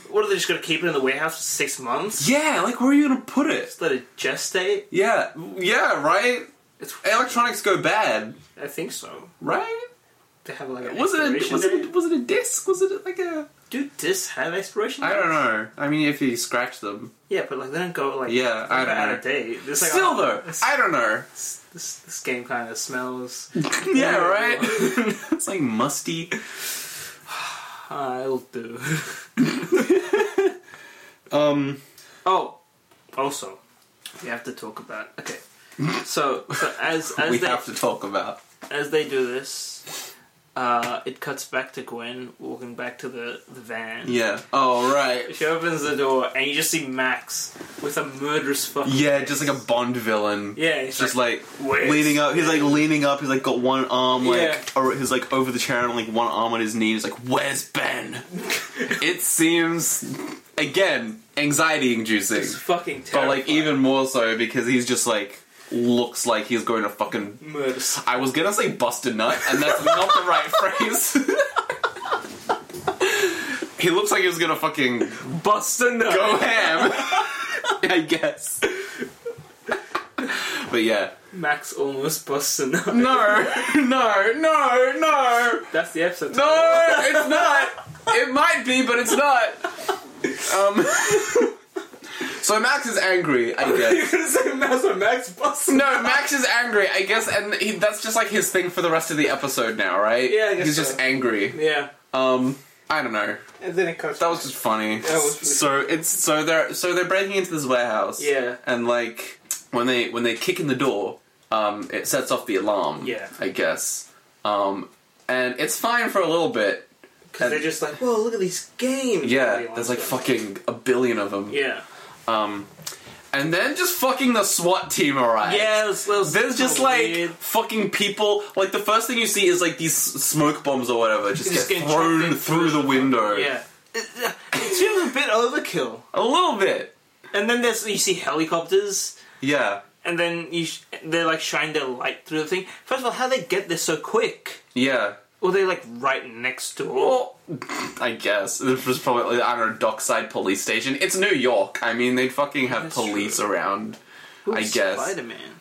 S2: what are they just gonna keep it in the warehouse for six months?
S1: Yeah, like where are you gonna put it?
S2: Just let it gestate.
S1: Yeah, yeah, right.
S2: It's,
S1: Electronics go bad,
S2: I think so.
S1: right?
S2: To have like an
S1: Was it a,
S2: expiration
S1: was it
S2: date.
S1: a, was it a disc? Was it like a?
S2: Do discs have expiration?
S1: I don't
S2: dates?
S1: know. I mean, if you scratch them,
S2: Yeah, but like they don't go like
S1: Yeah, I don't
S2: out
S1: know.
S2: of date. It's like,
S1: still
S2: oh,
S1: though,
S2: this,
S1: I
S2: <laughs>
S1: don't know.
S2: this, this game kind of
S1: <laughs>
S2: smells.
S1: Yeah, right. <laughs> it's like musty.
S2: I'll do.
S1: Um,
S2: Oh, also, we have to talk about. Okay,
S1: <laughs>
S2: so, so as as
S1: we
S2: they
S1: have to talk about.
S2: as they do this, uh, it cuts back to Gwen walking back to the the van.
S1: Yeah. Oh right.
S2: She opens the door and you just see Max with a murderous fucking.
S1: Yeah, just like a Bond villain.
S2: Yeah, he's
S1: It's just like
S2: Wait.
S1: leaning up. He's like leaning up. He's like got one arm like
S2: Yeah.
S1: or he's like over the chair and like one arm on his knee. He's like, "Where's
S2: <laughs>
S1: Ben?" it seems again anxiety
S2: It's
S1: inducing,
S2: fucking
S1: but
S2: terrifying.
S1: like even more so because he's just like looks like he's going to fucking.
S2: murderous.
S1: I was gonna say bust a nut,
S2: <laughs>
S1: and that's not the right phrase. <laughs> he looks like he was gonna fucking
S2: Buster no.
S1: go ham. <laughs> I guess. but yeah.
S2: Max almost busts a nut.
S1: No, no, no, no,
S2: That's the episode. <laughs>
S1: no, it's not. It might be, but it's not. Um. <laughs> So Max is angry, I
S2: You're
S1: guess.
S2: gonna say Max or Max busts?
S1: No, Max is angry, I guess, and he, that's just like his thing for the rest of the episode now, right?
S2: Yeah, I guess
S1: he's just
S2: so.
S1: angry.
S2: Yeah,
S1: Um, I don't know.
S2: and then it cuts.
S1: That was just funny.
S2: That was pretty-
S1: so it's so they're so they're breaking into this warehouse.
S2: Yeah.
S1: And like when they when they kick in the door, um, it sets off the alarm.
S2: Yeah.
S1: I guess. Um, and it's fine for a little bit.
S2: because they're just like, whoa, look at these games.
S1: Yeah. There's like
S2: fucking.
S1: fucking a billion of them.
S2: Yeah.
S1: Um, and then just fucking the SWAT team arrives.
S2: Yeah, it was, it was-
S1: There's just
S2: so
S1: like
S2: weird.
S1: fucking people. Like the first thing you see is like these s- smoke bombs or whatever just,
S2: Just
S1: get
S2: getting
S1: thrown
S2: chucked in
S1: through the window.
S2: yeah. It, it seems a bit overkill.
S1: A little bit.
S2: And then there's you see helicopters,
S1: Yeah.
S2: and then you sh- they like shine their light through the thing. First of all, how they get there so quick?
S1: Yeah.
S2: Were they like right next door?
S1: Well, <laughs> I guess this was probably I don't know dockside police station. It's New York. I mean, they'd fucking have
S2: That's
S1: police around.
S2: Who
S1: I
S2: was
S1: guess.
S2: Spider-Man.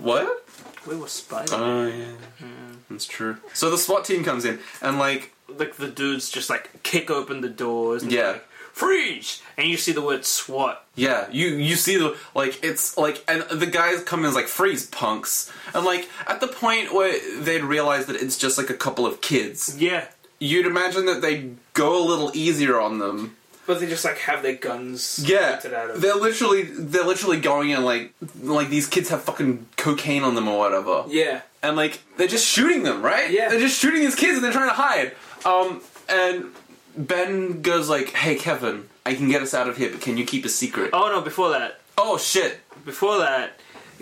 S1: What?
S2: Where was Spider? man
S1: Oh yeah, that's true. So the SWAT team comes in and like
S2: like the dudes just like kick open the doors. And
S1: Uh-huh. Yeah.
S2: Like, Freeze! And you see the word SWAT.
S1: yeah, you you see the like it's like and the guys come in as like freeze punks and like at the point where they'd realize that it's just like a couple of kids,
S2: Yeah.
S1: you'd imagine that they'd go a little easier on them.
S2: But they just like have their guns.
S1: Yeah,
S2: pointed at 'em.
S1: they're literally they're literally going in like like these kids have fucking cocaine on them or whatever.
S2: Yeah.
S1: and like they're just shooting them, right?
S2: Yeah.
S1: they're just shooting these kids and they're trying to hide. Um, and Ben goes like, "Hey, Kevin, I can get us out of here, but can you keep a secret?" Oh,
S2: Oh no! Before that,
S1: shit!
S2: before that,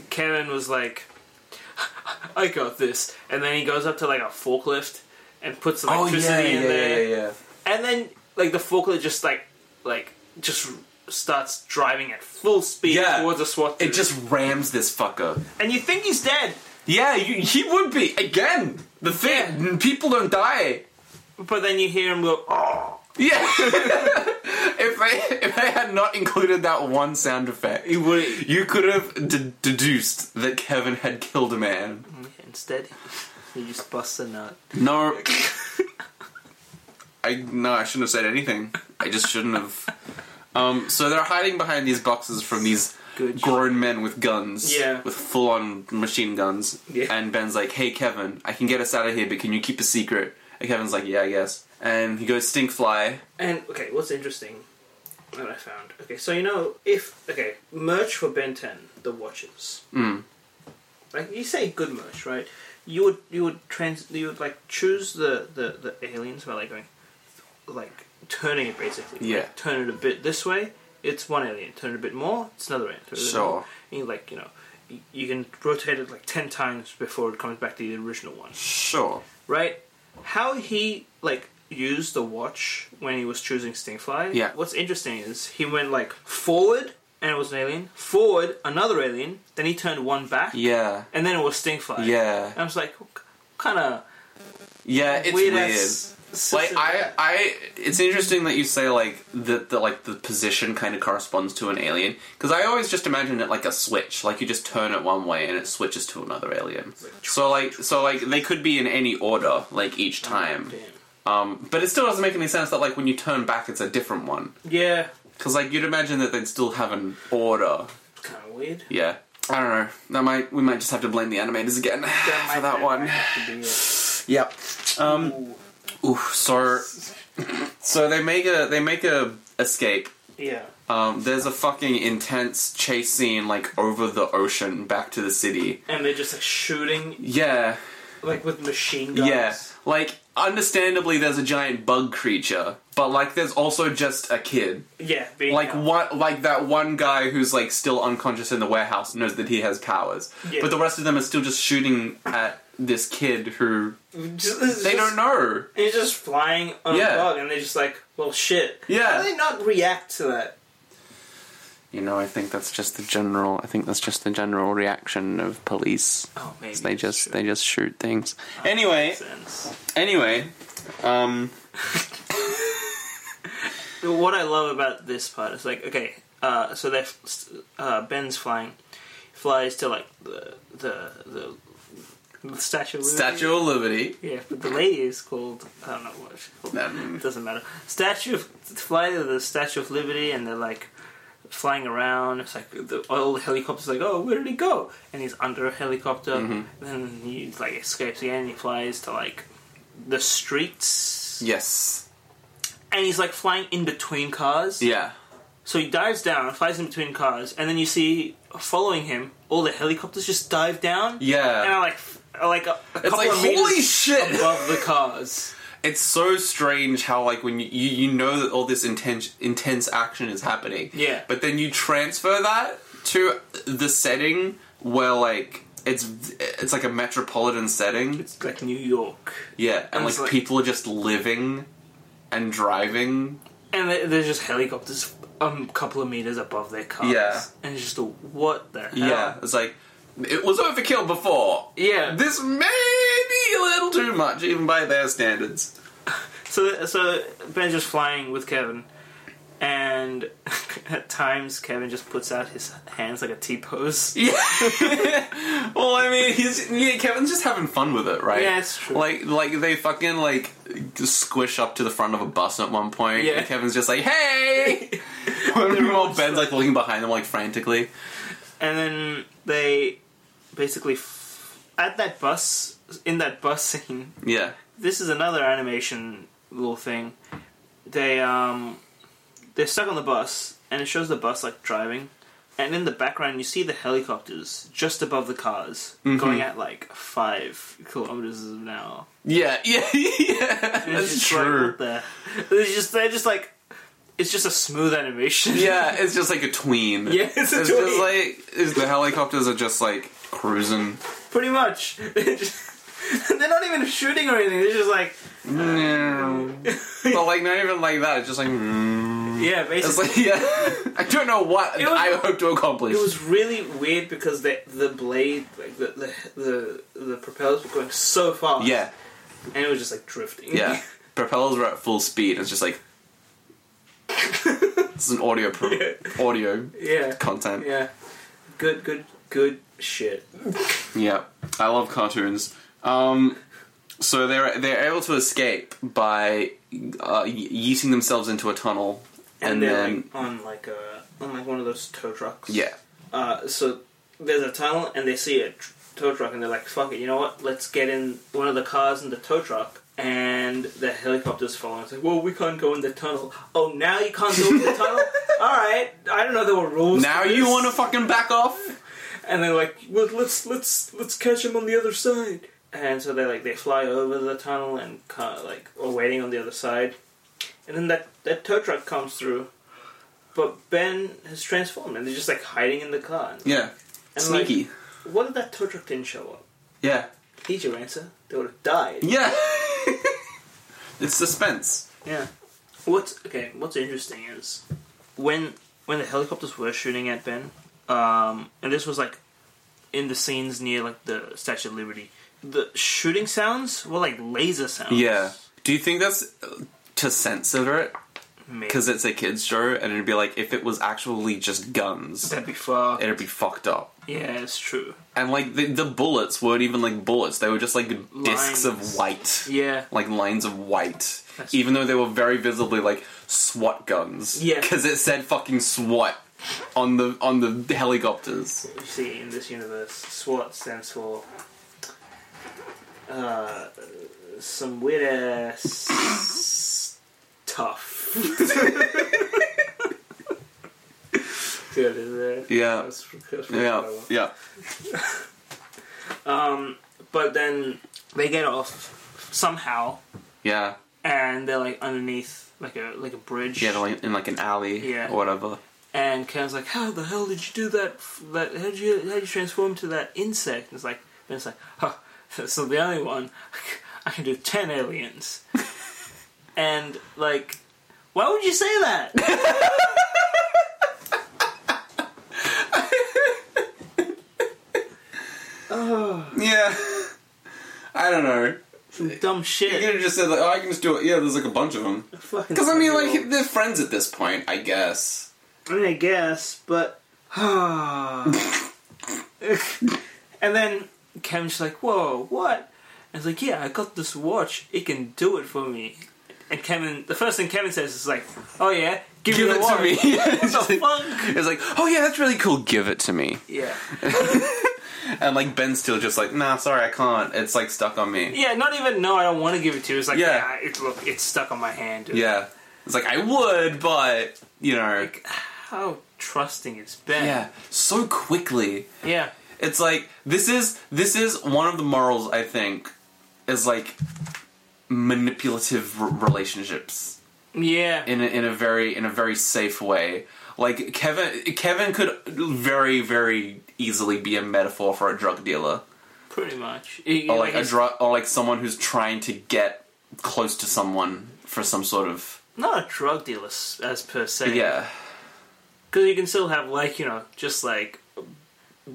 S2: Kevin was like, <laughs> "I got this," and then he goes up to like a forklift and puts
S1: Oh
S2: electricity
S1: yeah, yeah,
S2: in
S1: yeah,
S2: there,
S1: yeah, yeah.
S2: and then like the forklift just like like just starts driving at full speed
S1: Yeah.
S2: towards a SWAT.
S1: It
S2: dude.
S1: just rams this fucker.
S2: and you think he's dead,
S1: Yeah, you, he would be again. The thing, people don't die.
S2: but then you hear him go, "Oh!"
S1: Yeah. <laughs> if they if they had not included that one sound effect,
S2: He would.
S1: you could have de- deduced that Kevin had killed a man.
S2: Instead, he just busts a nut. <laughs>
S1: No. I no, I shouldn't have said anything. I just shouldn't have. Um, so they're hiding behind these boxes from these
S2: Good.
S1: grown men with guns,
S2: Yeah.
S1: with full-on machine guns.
S2: Yeah.
S1: And Ben's like, "Hey, Kevin, I can get us out of here, but can you keep a secret?" And Kevin's like, "Yeah, I guess." And he goes, "Stink fly."
S2: And okay, what's interesting that I found? Okay, so you know if okay merch for Ben Ten the watches.
S1: Mm.
S2: Like you say, good merch, right? You would you would trans you would like choose the the the aliens by like going like turning it basically.
S1: Yeah.
S2: Like, turn it a bit this way. It's one alien. Turn it a bit more. It's another alien. Turn it a bit
S1: Sure.
S2: more. And you like you know. y- You can rotate it like ten times before it comes back to the original one
S1: Sure.
S2: right? How he like used the watch when he was choosing Stingfly.
S1: Yeah.
S2: What's interesting is he went like forward and it was an alien, forward another alien, then he turned one back,
S1: Yeah.
S2: and then it was Stingfly.
S1: Yeah.
S2: And I was like, kind of
S1: Yeah. It's
S2: weird.
S1: weird.
S2: ass
S1: Like I, I, it's interesting that you say like that the like the position kind of corresponds to an alien because I always just imagine it like a switch, like you just turn it one way and it switches to another alien. So like, so like they could be in any order, like each time. Um, but it still doesn't make any sense that like when you turn back, it's a different one
S2: Yeah,
S1: because like you'd imagine that they'd still have an order.
S2: it's kind of weird.
S1: Yeah, I don't know. That might we might just have to blame the animators again <laughs> for that one. Yep. Um. Ooh, so <clears throat> so they make a they make a escape.
S2: Yeah.
S1: Um, there's a fucking intense chase scene like over the ocean back to the city.
S2: And they're just like shooting
S1: Yeah,
S2: like with machine guns.
S1: yeah. Like understandably, there's a giant bug creature, but like there's also just a kid.
S2: Yeah. Being
S1: Like
S2: out.
S1: one, like that one guy who's like still unconscious in the warehouse knows that he has powers,
S2: Yeah.
S1: but the rest of them are still just shooting at this kid who
S2: <laughs> Just- it's
S1: they
S2: just-
S1: don't know.
S2: He's just flying on
S1: Yeah.
S2: a bug, and they're just like, well, shit.
S1: Yeah.
S2: How do they not react to that?
S1: You know, I think that's just the general. I think that's just the general reaction of police.
S2: Oh, maybe.
S1: They just they just shoot things. Anyway,
S2: sense.
S1: anyway, um,
S2: What I love about this part is like, okay, uh, so they uh, Ben's flying, flies to like the the the, the statue. Of Liberty.
S1: Statue of Liberty.
S2: Yeah, but the lady is called I don't know what she's called.
S1: Um,
S2: It doesn't matter. Statue of, fly to the Statue of Liberty, and they're like flying around. It's like the, all the helicopters like, oh, where did he go? And he's under a helicopter. Then he like escapes again. And he flies to like the streets,
S1: Yes.
S2: and he's like flying in between cars.
S1: Yeah.
S2: So he dives down, flies in between cars, and then you see following him, all the helicopters just dive down. and
S1: Yeah.
S2: are like f- are, like a, a
S1: It's
S2: couple
S1: like
S2: of
S1: holy
S2: meters
S1: shit.
S2: above the cars.
S1: It's so strange how like when you you, you know that all this intense intense action is happening.
S2: Yeah.
S1: But then you transfer that to the setting where like it's it's like a metropolitan setting.
S2: It's like New York.
S1: Yeah, and
S2: And
S1: like,
S2: it's like-
S1: people are just living and driving.
S2: And they- there's just helicopters um, a couple of meters above their cars.
S1: Yeah.
S2: And it's just a, what the hell?
S1: Yeah, it's like it was overkill before.
S2: Yeah.
S1: This may be a little too much, even by their standards.
S2: So, so Ben's just flying with Kevin. And <laughs> at times, Kevin just puts out his hands like a T pose.
S1: Yeah. <laughs> well, I mean, he's yeah. Kevin's just having fun with it, right?
S2: Yeah, it's true.
S1: Like, like they fucking like just squish up to the front of a bus at one point.
S2: Yeah.
S1: And Kevin's just like, "Hey!"
S2: <laughs>
S1: Meanwhile, Ben's like looking behind them, like frantically.
S2: And then they basically, f- at that bus, in that bus scene,
S1: Yeah.
S2: this is another animation little thing. They um they're stuck on the bus and it shows the bus like driving and in the background you see the helicopters just above the cars
S1: Mm-hmm.
S2: going at like five kilometers an hour.
S1: Yeah. <laughs> Yeah. yeah.
S2: And it's
S1: That's
S2: just
S1: true.
S2: Like, what the- <laughs> It's just they're just like it's just a smooth animation.
S1: Yeah, it's just like a tween.
S2: <laughs> Yeah, it's a
S1: Just
S2: tween.
S1: like is the helicopters are just like cruising.
S2: <laughs> Pretty much. <laughs> They're, just, they're not even shooting or anything. They're just like
S1: but like not even like that.
S2: <laughs>
S1: It's just like, mm.
S2: yeah, basically.
S1: it's like yeah. I don't know what
S2: was-
S1: I hope to accomplish.
S2: It was really weird because the the blade, like the the the, the propellers were going so fast.
S1: yeah,
S2: and it was just like drifting.
S1: yeah. Propellers were at full speed. It's just like it's an audio pro- audio
S2: <laughs> yeah,
S1: content. Yeah.
S2: yeah. Good, good, good shit.
S1: I love cartoons. Um, so they're they're able to escape by uh, ye- yeeting themselves into a tunnel,
S2: And,
S1: and,
S2: they're
S1: then
S2: like on like a on like one of those tow trucks.
S1: yeah.
S2: Uh, so there's a tunnel, and they see a tr- tow truck, and they're like, "Fuck it, you know what? Let's get in one of the cars in the tow truck." And the helicopter's following. It's like, "Well, we can't go in the tunnel." Oh, now you can't go in the
S1: <laughs>
S2: tunnel. All right, I don't know there were rules.
S1: Now
S2: for
S1: you
S2: this.
S1: want to fucking back off?
S2: and they're like, well, let's let's let's catch him on the other side. And so they like they fly over the tunnel and ca like are waiting on the other side, and then that that tow truck comes through, but Ben has transformed and they're just like hiding in the car. And,
S1: Yeah.
S2: like,
S1: Sneaky.
S2: what if that tow truck didn't show up?
S1: yeah.
S2: He's your answer. They would have died.
S1: Yeah. <laughs> it's suspense.
S2: Yeah. What's okay? What's interesting is when when the helicopters were shooting at Ben, um, and this was like in the scenes near like the Statue of Liberty. The shooting sounds were like laser sounds.
S1: Yeah. Do you think that's uh, to censor it
S2: Maybe.
S1: because it's a kids show, and it'd be like if it was actually just guns,
S2: that'd be fucked.
S1: it'd be fucked up.
S2: yeah, it's true.
S1: And like the, the bullets weren't even like bullets; they were just like
S2: Lines.
S1: discs of white,
S2: Yeah.
S1: like lines of white.
S2: That's
S1: even though they were very visibly like SWAT guns,
S2: Yeah.
S1: because it said fucking SWAT on the on the helicopters.
S2: You see, in this universe, SWAT stands for uh, some weird ass <laughs> tough. Good, is it?
S1: Yeah,
S2: That's- that's what I
S1: yeah,
S2: want.
S1: yeah.
S2: Um, but then they get off somehow,
S1: Yeah,
S2: and they're like underneath like a like a bridge.
S1: yeah, they're, like in like an alley
S2: Yeah.
S1: or whatever.
S2: And Ken's like, "How the hell did you do that? That how did you how did you transform to that insect?" And it's like, and it's like, huh, <laughs> so the only one <laughs> I can do ten aliens." and like, why would you say that?
S1: Yeah, <laughs> I don't know.
S2: Dumb
S1: You
S2: shit.
S1: could have just said like, oh, I can just do it. Yeah, there's like a bunch of them.
S2: Fucking
S1: Because I mean,
S2: terrible.
S1: like they're friends at this point, I guess.
S2: I mean, I guess, but. <sighs> and then Kevin's like, whoa, what? And it's like, yeah, I got this watch. It can do it for me. And Kevin, the first thing Kevin says is like, oh yeah, give,
S1: Give
S2: me the
S1: it
S2: watch.
S1: to me.
S2: <laughs>
S1: <laughs>
S2: What
S1: it's,
S2: the
S1: like,
S2: fuck?
S1: it's like, oh yeah, that's really cool. Give it to me.
S2: Yeah.
S1: And like Ben's still just like, nah, sorry, I can't. It's like stuck on me.
S2: Yeah, not even, no, I don't want to give it to you. It's like,
S1: Yeah.
S2: yeah, it's, look, it's stuck on my hand. dude."
S1: Yeah. It's like I would, but you know,
S2: How trusting it's been.
S1: yeah, so quickly.
S2: Yeah.
S1: It's like this is this is one of the morals I think is like manipulative r- relationships.
S2: Yeah.
S1: in a, in a very in a very safe way. Like Kevin Kevin could very very easily be a metaphor for a drug dealer
S2: pretty much. It-
S1: or Oh, like a
S2: it's-
S1: drug or like someone who's trying to get close to someone for some sort of
S2: not a drug dealer s- as per se.
S1: yeah
S2: Because you can still have like you know just like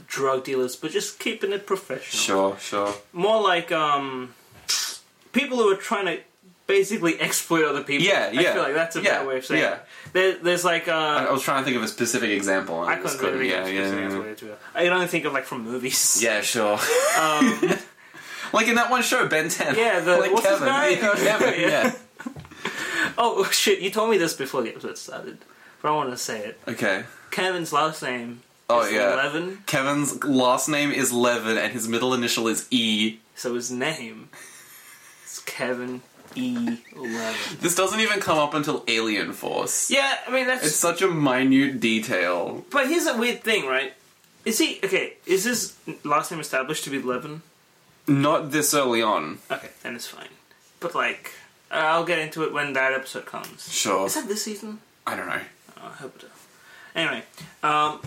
S2: drug dealers, but just keeping it professional.
S1: sure sure
S2: More like um people who are trying to basically exploit other people.
S1: Yeah,
S2: I
S1: yeah.
S2: feel like that's a
S1: Yeah,
S2: better way of saying.
S1: yeah.
S2: It. There, there's like
S1: I, I
S2: uh,
S1: was trying to think of a specific example and
S2: I,
S1: I, just
S2: couldn't
S1: couldn't
S2: really
S1: yeah
S2: think of specific
S1: yeah
S2: way to do it. I can only think of like from movies. Um,
S1: yeah sure <laughs> like in that one show Ben Ten
S2: Yeah, the-
S1: like
S2: what's his
S1: Kevin
S2: name?
S1: <laughs> Kevin
S2: <laughs> Yeah.
S1: yeah
S2: Oh shit! You told me this before the episode started, but I want to say it.
S1: okay
S2: Kevin's last name.
S1: Oh,
S2: is
S1: yeah.
S2: Eleven.
S1: Kevin's last name is Levin and his middle initial is E
S2: So his name is Kevin E. Eleven.
S1: This doesn't even come up until Alien Force.
S2: Yeah, I mean that's
S1: It's such a minute detail.
S2: But here's a weird thing, right? Is he okay? Is his last name established to be Levin?
S1: Not this early on.
S2: Okay, then it's fine. But like, uh, I'll get into it when that episode comes.
S1: Sure.
S2: Is that this season?
S1: I don't know.
S2: Oh, I hope it. is. Anyway, um,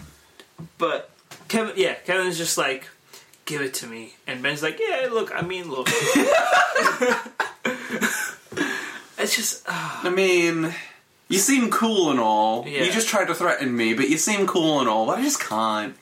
S2: but Kevin, yeah, Kevin's just like, give it to me, and Ben's like, yeah, look, I mean, look. it's just uh,
S1: I mean, you seem cool and all.
S2: Yeah.
S1: You just tried to threaten me, but you seem cool and all, but I just can't.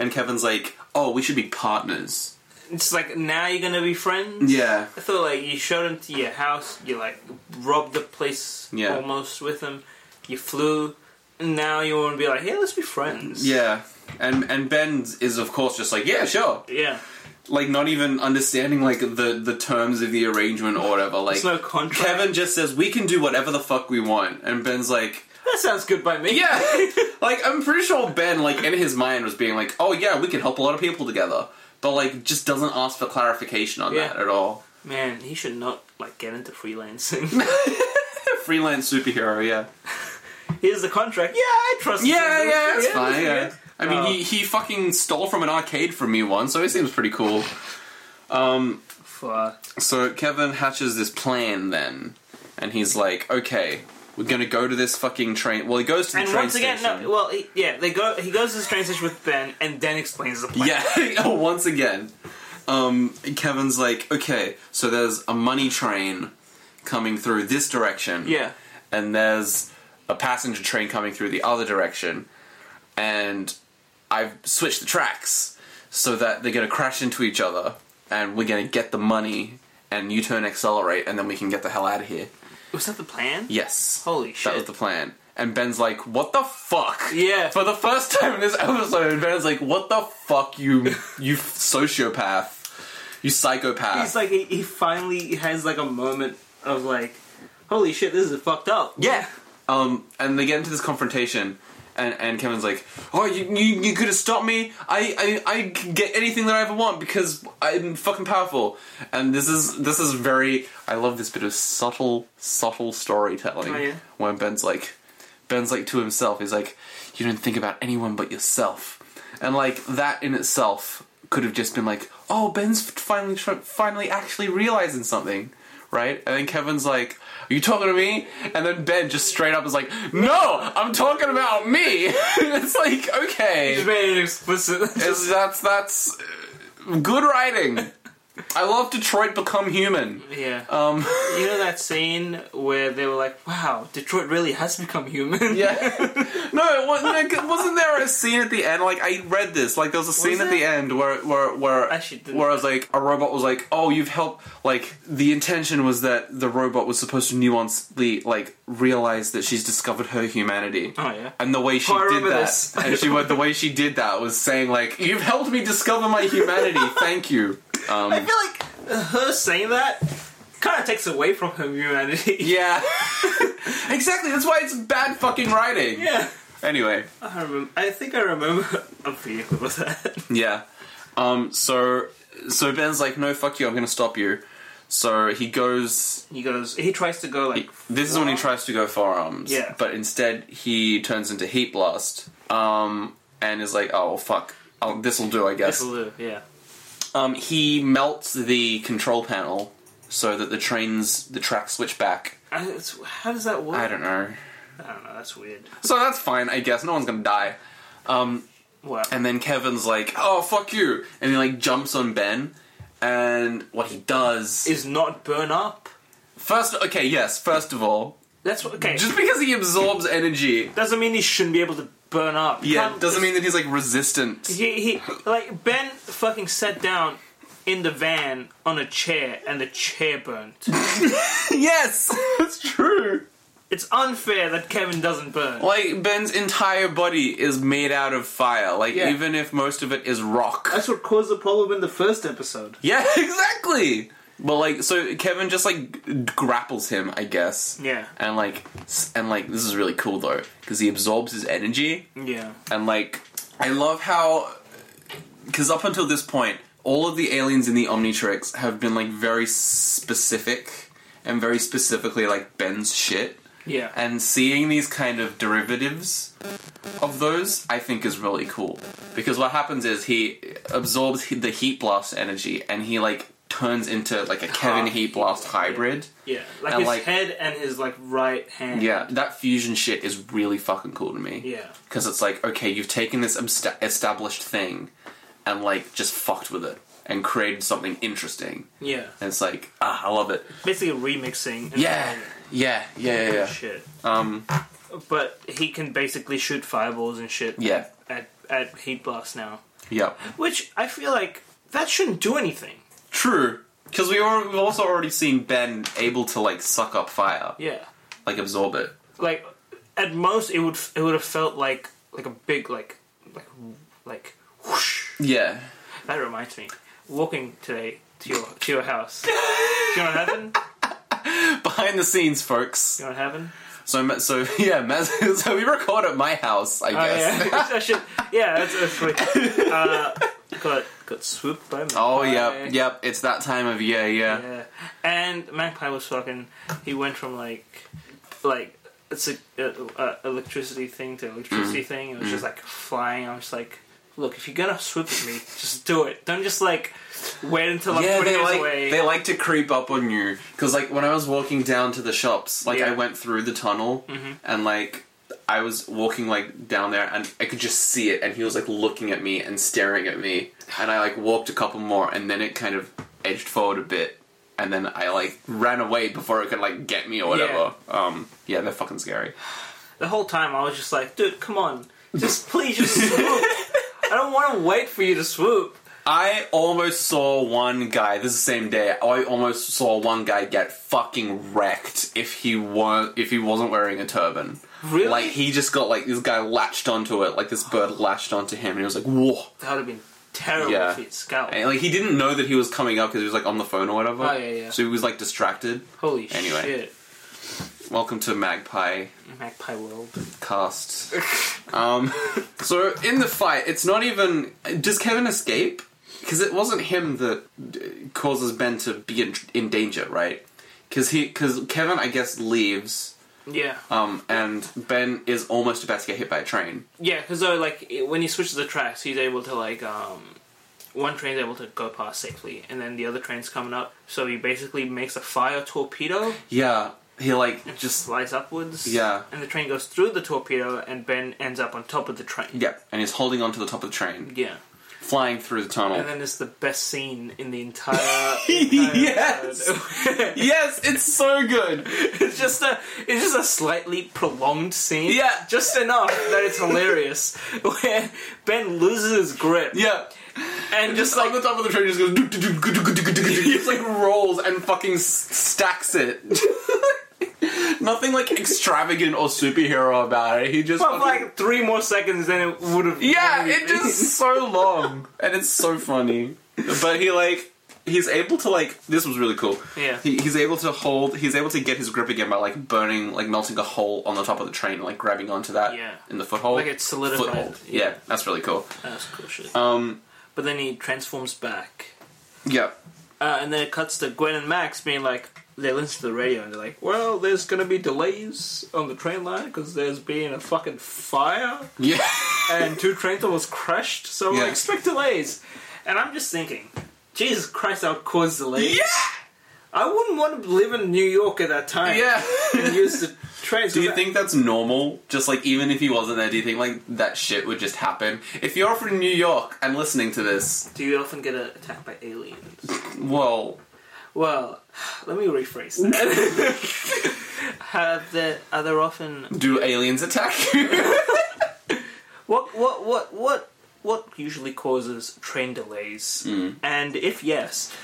S1: And Kevin's like, oh, we should be partners.
S2: it's like now you're gonna be friends.
S1: Yeah.
S2: I thought like you showed him to your house, you like robbed the place
S1: Yeah.
S2: almost with him, you flew, and now you want to be like, hey, let's be friends.
S1: Yeah. And and Ben is of course just like, yeah, sure.
S2: Yeah.
S1: Like not even understanding like the the terms of the arrangement or whatever. Like
S2: There's no contract.
S1: Kevin just says we can do whatever the fuck we want, and Ben's like,
S2: That sounds good by me.
S1: Yeah, <laughs> like I'm pretty sure Ben, like in his mind, was being like, "Oh yeah, we can help a lot of people together," but like just doesn't ask for clarification on
S2: Yeah.
S1: that at all.
S2: <laughs>
S1: <laughs>
S2: Man, he should not like get into freelancing.
S1: Freelance superhero, yeah,
S2: Here's the contract. Yeah, I trust you.
S1: yeah, yeah, it's
S2: that's
S1: fine. Yeah, Um,
S2: good.
S1: I mean,
S2: Oh.
S1: he he fucking stole from an arcade from me once, so he seems pretty cool.
S2: Fuck.
S1: So Kevin hatches this plan then, and he's like, "Okay, we're gonna go to this fucking train." Well, he goes to the
S2: And
S1: train
S2: once again,
S1: station.
S2: no. Well, he, yeah, they go. He goes to this train station with Ben, and then explains the plan.
S1: <laughs> Yeah, <laughs> once again. Um, Kevin's like, okay, so there's a money train coming through this direction.
S2: Yeah.
S1: And there's a passenger train coming through the other direction. And I've switched the tracks so that they're going to crash into each other and we're going to get the money and U turn accelerate, and then we can get the hell out of here.
S2: Was that the plan?
S1: Yes.
S2: Holy
S1: That was
S2: shit.
S1: the plan. And Ben's like, what the fuck?
S2: Yeah.
S1: For the first time in this episode, Ben's like, what the fuck, you you sociopath. You psychopath.
S2: He's like, he, he finally has like a moment of like, holy shit, this is fucked up.
S1: yeah. Um, and they get into this confrontation. And, and Kevin's like, oh, you, you, you could have stopped me. I, I I can get anything that I ever want because I'm fucking powerful. And this is this is very I love this bit of subtle subtle storytelling
S2: Oh, yeah?
S1: when Ben's like Ben's like to himself. He's like, you didn't think about anyone but yourself, and like that in itself could have just been like, oh, Ben's finally tr- finally actually realizing something, right? And then Kevin's like, are you talking to me? And then Ben just straight up is like, no, I'm talking about me. <laughs> it's like okay,
S2: made it explicit.
S1: <laughs> it's, that's that's uh, good writing. I love Detroit Become Human.
S2: yeah.
S1: Um,
S2: you know that scene where they were like, wow, Detroit really has become human?
S1: Yeah. <laughs> no, it wasn't, like, wasn't there a scene at the end? Like, I read this. Like, there was a scene
S2: there?
S1: at the end where, where, where,
S2: Actually, didn't-
S1: where I was like, a robot was like, oh, you've helped. Like, the intention was that the robot was supposed to nuancely, like, realize that she's discovered her humanity.
S2: Oh, yeah.
S1: And the way she
S2: Oh, I
S1: did
S2: remember
S1: that,
S2: this.
S1: and she went, the way she did that was saying like, "You've helped me discover my humanity. Thank you."
S2: <laughs> <laughs> I
S1: Um,
S2: feel like her saying that kind of takes away from her humanity.
S1: yeah, <laughs> exactly. That's why it's bad fucking
S2: <laughs>
S1: writing.
S2: Yeah.
S1: Anyway,
S2: I, remember, I think I remember <laughs> a vehicle with that.
S1: Yeah. Um, so so Ben's like, no, fuck you, I'm gonna stop you. So he goes.
S2: He goes, he tries to go like.
S1: This is when he
S2: forearm.
S1: tries to go forearms.
S2: Yeah.
S1: But instead, he turns into heat blast. Um, and is like, oh fuck, oh, this will do, I guess.
S2: This'll do, Yeah.
S1: Um, he melts the control panel so that the trains, the tracks switch back.
S2: I, it's, how does that work?
S1: I don't know.
S2: I don't know. That's weird.
S1: So that's fine, I guess. No one's gonna die. Um,
S2: What?
S1: And then Kevin's like, "Oh fuck you!" And he like jumps on Ben, and what he does
S2: is not burn up.
S1: First, okay, yes. First of all,
S2: That's what. Okay.
S1: just because he absorbs energy,
S2: doesn't mean he shouldn't be able to burn up.
S1: yeah,
S2: Can't-
S1: doesn't mean that he's like resistant.
S2: He, he like Ben fucking sat down in the van on a chair and the chair burnt.
S1: <laughs> Yes, <laughs> it's true.
S2: it's unfair that Kevin doesn't burn.
S1: Like Ben's entire body is made out of fire. Like
S2: Yeah.
S1: even if most of it is rock. <laughs>
S2: That's what caused the problem in the first episode.
S1: yeah, <laughs> exactly. But like, so Kevin just like grapples him, I guess.
S2: Yeah.
S1: And like, s- and like, this is really cool though, because he absorbs his energy.
S2: Yeah.
S1: And like, I love how, because up until this point, all of the aliens in the Omnitrix have been like very specific and very specifically like Ben's shit.
S2: Yeah.
S1: And seeing these kind of derivatives of those, I think, is really cool. Because what happens is he absorbs he- the heat blast energy and he like turns into like a Kevin heat blast hybrid.
S2: yeah. Like
S1: and
S2: his
S1: like-
S2: head and his like right hand.
S1: Yeah, that fusion shit is really fucking cool to me.
S2: Yeah.
S1: Because it's like, okay, you've taken this absta established thing and, like, just fucked with it and created something interesting.
S2: Yeah.
S1: And it's like, ah, I love it.
S2: Basically remixing. and-
S1: Yeah, yeah, yeah, yeah, yeah.
S2: Shit.
S1: Um,
S2: But he can basically shoot fireballs and shit.
S1: yeah,
S2: At at heat blast now,
S1: yeah.
S2: which I feel like that shouldn't do anything.
S1: True. Because we al- we've also already seen Ben able to, like, suck up fire,
S2: Yeah.
S1: like, absorb it.
S2: like at most it would it would have felt like like a big like like like whoosh.
S1: Yeah. <laughs>
S2: That reminds me, walking today to your to your house. Do you know what happened?
S1: Behind the scenes, folks.
S2: Do you know what happened?
S1: So, Ma- so <laughs> yeah, Ma- so we record at my house, I
S2: Oh
S1: guess.
S2: yeah, <laughs> I should. Yeah, that's, that's really. Uh, got got swooped by. a Magpie.
S1: Oh, yep, yep. It's that time of year, yeah.
S2: Yeah, and Magpie was fucking. He went from like like. It's a, a, a electricity thing to electricity
S1: Mm.
S2: thing. It was just like flying. I was like, look, if you're gonna swoop at me, just do it. Don't just like wait until I'm
S1: yeah,
S2: putting
S1: they
S2: it
S1: like
S2: away.
S1: they like to creep up on you because like when I was walking down to the shops, like
S2: Yeah. Mm-hmm.
S1: I went through the tunnel and like I was walking like down there and I could just see it, and he was like looking at me and staring at me, and I like walked a couple more, and then it kind of edged forward a bit, and then I like ran away before it could like get me or whatever. Um, yeah, they're fucking scary.
S2: the whole time I was
S1: <laughs>
S2: just like, dude, come on, just please just swoop. I don't want to wait for you to swoop.
S1: I almost saw one guy. This is the same day. I almost saw one guy get fucking wrecked if he wa- if he wasn't wearing a turban.
S2: Really?
S1: Like he just got like this guy latched onto it, like this bird latched onto him, and he was like, "Whoa!"
S2: That would have been terrible
S1: Yeah.
S2: if he'd scalped.
S1: And, like he didn't know that he was coming up because he was like on the phone or whatever.
S2: Oh, yeah, yeah.
S1: So he was like distracted.
S2: Holy
S1: Anyway.
S2: shit.
S1: Welcome to Magpie
S2: Magpie World.
S1: Cast. um, so in the fight, it's not even does Kevin escape? Because it wasn't him that uh, causes Ben to be in, in danger, right? Because he, because Kevin, I guess, leaves,
S2: Yeah.
S1: um, and Ben is almost about to get hit by a train.
S2: Yeah, because though, like, it- when he switches the tracks, he's able to, like, um, one train's able to go past safely, and then the other train's coming up, so he basically makes a fire torpedo,
S1: Yeah, he like
S2: just
S1: just
S2: slides upwards.
S1: Yeah.
S2: And the train goes through the torpedo, and Ben ends up on top of the train.
S1: yeah, and he's holding onto the top of the train,
S2: Yeah.
S1: flying through the tunnel.
S2: And then <laughs> it's the best scene in the
S1: <laughs>
S2: entire. entire
S1: Yes.
S2: episode.
S1: yes, it's so good.
S2: <laughs> it's just a, it's just a slightly prolonged scene.
S1: Yeah.
S2: just enough that it's hilarious. <laughs> Where Ben loses his grip
S1: Yeah.
S2: and just
S1: Just like
S2: like
S1: the top of the train just goes. It's like rolls and fucking s- stacks it. <laughs> Nothing like extravagant or superhero about it.
S2: <laughs>
S1: He just
S2: for
S1: fucking-
S2: like three more seconds than it would have.
S1: yeah, it just so long and it's so funny. But he like he's able to like this was really cool.
S2: Yeah.
S1: he, he's able to hold. He's able to get his grip again by like burning, like melting a hole on the top of the train, and like grabbing onto that
S2: Yeah.
S1: in the foothold.
S2: Like, it solidified.
S1: Foothold. Yeah, that's really cool.
S2: That's cool shit.
S1: Um,
S2: but then he transforms back,
S1: yeah. <laughs>
S2: uh, and then it cuts to Gwen and Max being like. They listen to the radio and they're like, "Well, there's gonna be delays on the train line because there's been a fucking fire."
S1: Yeah.
S2: and two trains almost crashed, so
S1: Yeah.
S2: like, expect delays. And I'm just thinking, Jesus Christ, that would cause delays.
S1: yeah.
S2: I wouldn't want to live in New York at that time.
S1: Yeah.
S2: And use the trains.
S1: Do you think that's normal? Just like even if he wasn't there, do you think like that shit would just happen? If you're from New York and listening to this,
S2: Do you often get uh, attacked by aliens?
S1: well,
S2: well, let me rephrase that.
S1: <laughs>
S2: Have the are there often
S1: do aliens attack you? <laughs>
S2: what what what what what usually causes train delays?
S1: Hmm.
S2: And if yes,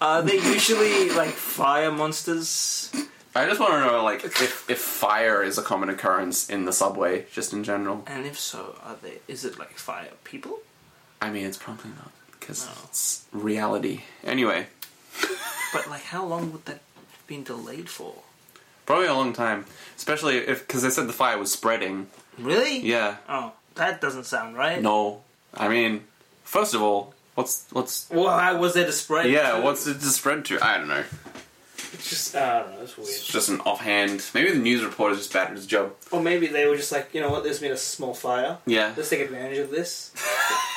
S2: are they usually like fire monsters?
S1: I just want to know like if, if fire is a common occurrence in the subway, just in general.
S2: And if so, are they? Is it like fire people?
S1: I mean, it's probably not because
S2: No.
S1: it's reality. Anyway,
S2: But like, how long would that have been delayed for?
S1: probably a long time, especially if because they said the fire was spreading.
S2: Really?
S1: Yeah.
S2: Oh, that doesn't sound right.
S1: No. I mean, first of all, what's what's
S2: Well, I was there to spread.
S1: yeah, what's it to spread to? I don't know.
S2: It's just I don't know. It's weird.
S1: It's just an offhand. Maybe the news reporter's just bad at his job.
S2: Or maybe they were just like, you know what? There's been a small fire.
S1: Yeah.
S2: Let's take advantage of this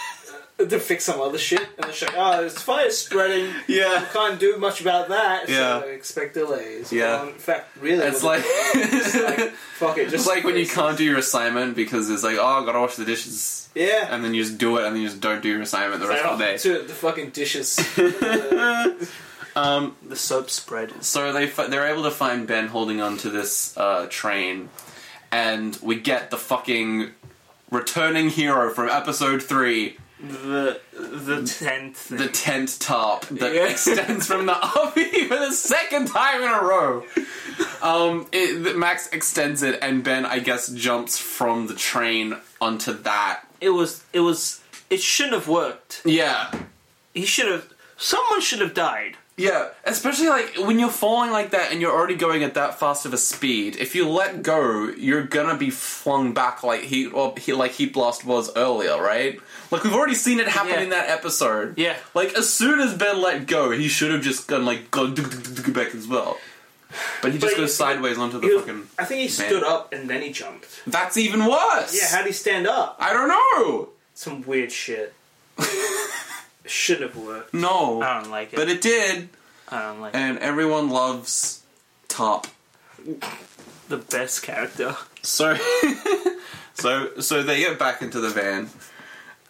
S2: <laughs> to fix some other shit. And they're like, oh, there's fire spreading.
S1: Yeah.
S2: Can't do much about that.
S1: Yeah.
S2: So expect delays.
S1: Yeah.
S2: Well, in fact, really,
S1: It's
S2: what
S1: like <laughs>
S2: the- like, fuck <laughs> it. Just
S1: it's like when you can't do your assignment because it's like, oh, I gotta wash the dishes,
S2: Yeah. <laughs>
S1: and then you just do it, and then you just don't do your assignment the rest of the day.
S2: to the fucking <laughs> dishes. Uh,
S1: Um,
S2: the soap spread.
S1: so they fi- they're able to find Ben holding onto this uh, train, and we get the fucking returning hero from episode three,
S2: The the tenth.
S1: the tent tarp that
S2: Yeah.
S1: extends from the army for the second time in a row. Um, it, th- Max extends it, and Ben, I guess, jumps from the train onto that.
S2: it was it was it shouldn't have worked.
S1: Yeah,
S2: He should have. Someone should have died.
S1: yeah. Especially like when you're falling like that, and you're already going at that fast of a speed. If you let go, you're gonna be flung back like he or he like Heat Blast was earlier, right? Like we've already seen it happen
S2: Yeah.
S1: in that episode.
S2: Yeah.
S1: Like as soon as Ben let go, he should have just gone like gone dug, dug, dug, dug back as well. But he just
S2: But he-
S1: goes sideways onto the
S2: He was-
S1: fucking.
S2: I think he stood up and then he jumped.
S1: That's even worse.
S2: Yeah, how would he stand up?
S1: I don't know.
S2: Some weird
S1: <laughs>
S2: shit. It shouldn't have worked.
S1: No,
S2: I don't like it.
S1: but it did,
S2: I don't like it.
S1: and everyone loves Top.
S2: The best character.
S1: So, <laughs> so, so they get back into the van,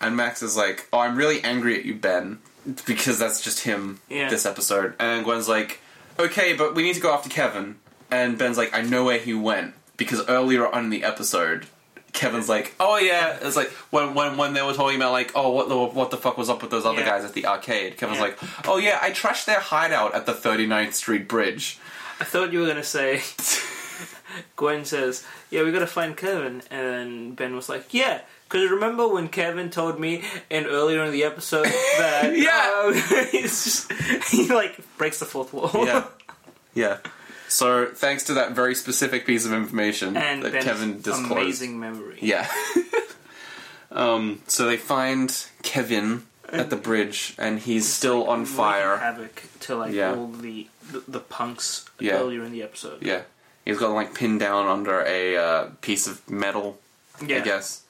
S1: and Max is like, "Oh, I'm really angry at you, Ben, because that's just him
S2: Yeah.
S1: this episode." And Gwen's like, "Okay, but we need to go after Kevin." And Ben's like, "I know where he went because earlier on in the episode, Kevin's like, oh yeah, it's like when when when they were talking about like, oh what the what the fuck was up with those other
S2: Yeah.
S1: guys at the arcade? Kevin's
S2: Yeah.
S1: like, oh yeah, I trashed their hideout at the 39th Street Bridge.
S2: I thought you were gonna say. <laughs> Gwen says, "Yeah, we gotta find Kevin," and then Ben was like, "Yeah." Because remember when Kevin told me in earlier in the
S1: <laughs>
S2: episode that
S1: Yeah.
S2: um, <laughs> he's just, he like breaks the fourth wall <laughs>
S1: Yeah, yeah. So thanks to that very specific piece of information
S2: and
S1: that
S2: Ben's
S1: Kevin disclosed.
S2: amazing memory
S1: Yeah. <laughs> um. So they find Kevin at the bridge, and he's still on
S2: Wreaking
S1: fire.
S2: havoc to like
S1: Yeah.
S2: all the, the the punks
S1: Yeah.
S2: earlier in the episode
S1: Yeah. He's got like pinned down under a uh, piece of metal, I guess.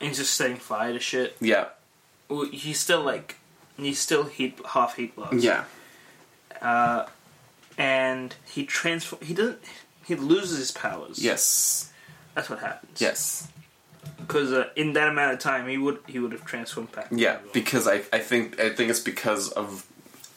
S2: and he's just setting fire to shit.
S1: Yeah.
S2: Well, He's still like he's still heat half heat blocks.
S1: Yeah.
S2: and he transform. He doesn't. He loses his powers.
S1: Yes.
S2: that's what happens.
S1: Yes.
S2: because uh, in that amount of time, he would he would have transformed back. to
S1: Yeah.
S2: Evil.
S1: Because I, I think I think it's because of